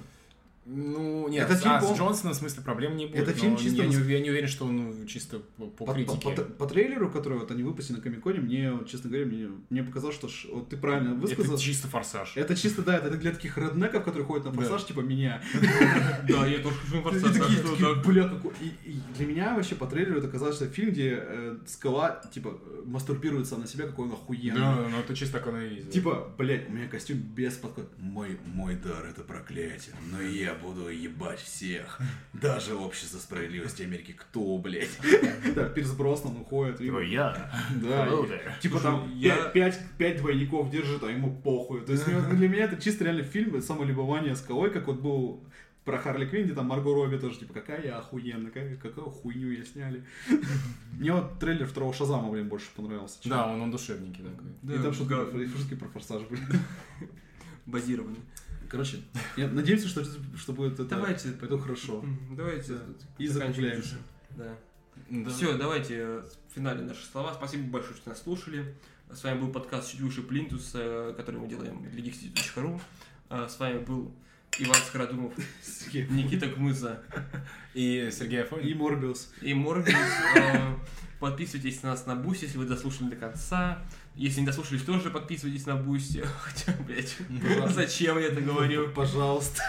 S2: Ну, нет,
S1: Это
S2: с-
S1: фильм,
S2: а, с
S1: по-моему-
S2: Джонсоном, в смысле, проблем не будет.
S1: Это
S2: но
S1: фильм чисто
S2: Я не,
S1: на-
S2: ув- я не уверен, что он ну, чисто по, по
S1: По,
S2: критике.
S1: по- по- по трейлеру, который вот они выпустили на Комиконе, мне, вот, честно говоря, мне, мне показалось, что ш- вот ты правильно
S2: Это
S1: высказал.
S2: чисто форсаж.
S1: Это чисто, да, это для таких реднеков, которые ходят на
S2: Да.
S1: форсаж, типа меня.
S3: Да, я тоже хочу
S1: И
S3: форсаж.
S1: такие,
S3: так что
S1: такие,
S3: так.
S1: бля, какой... И, и для меня вообще по трейлеру это казалось, что фильм, где э, скала, типа, э, мастурбирует сам на себя, какой он охуенный.
S2: Да, но это чисто так оно и есть.
S1: Типа, блядь, у меня костюм без подкладки. Мой, мой дар это проклятие, но я буду ебать всех. Даже общество справедливости Америки.
S2: <laughs>
S1: Кто, блядь? Да, Пирс Броснан уходит. и-
S2: Типа, я.
S1: Да,
S2: Hello
S1: и-
S2: there.
S1: Типа
S3: Слушай,
S1: там
S3: я-
S1: пять- пять пять двойников держит, а ему похуй. То есть ну, для меня это чисто реально фильм самолюбование скалой, как вот был про Харли Квинн, где там Марго Робби тоже, типа, какая я охуенная, какая, какую хуйню я сняли. Мне вот трейлер второго Шазама, блин, больше понравился. чем-
S2: Да, он, он душевненький такой.
S1: И там шутки, про- и шутки про форсаж, блин.
S3: базированный.
S1: Короче, я надеюсь, что, что будет это...
S3: Ну, Давайте.
S1: Пойду хорошо.
S3: М, Давайте
S1: Да.
S3: тут
S1: И
S3: заканчивать
S1: закругляемся.
S3: уже. Да.
S2: Да.
S3: Все, давайте э, в финале наши слова. Спасибо большое, что нас слушали. С вами был подкаст «Чуть выше Плинтус», э, который мы делаем для geeksity.ru. Э, С вами был Иван Скородумов,
S1: Сергей.
S3: Никита Кмыза
S2: И Сергей Афонин.
S1: И Морбиус.
S3: и Морбиус. Э, Подписывайтесь на нас на Бусти, если вы дослушали до конца. Если не дослушались, тоже подписывайтесь на Бусти. <laughs> Хотя, блядь, зачем я это говорю?
S1: <laughs> Пожалуйста.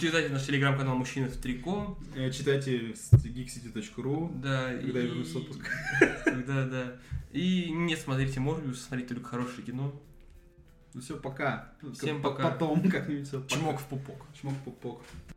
S3: Читайте наш телеграм-канал «Мужчины в трико».
S1: Э, Читайте geeksity.ru,
S3: Да,
S1: когда я
S3: и-
S1: вернусь с отпуска.
S3: <laughs> Да, да. И не смотрите Морбиус, смотрите только хорошее кино.
S1: Ну все, пока.
S3: Всем
S1: По-
S3: пока.
S1: Потом как-нибудь все.
S2: Чмок в пупок.
S1: um Чмок-пук-пук.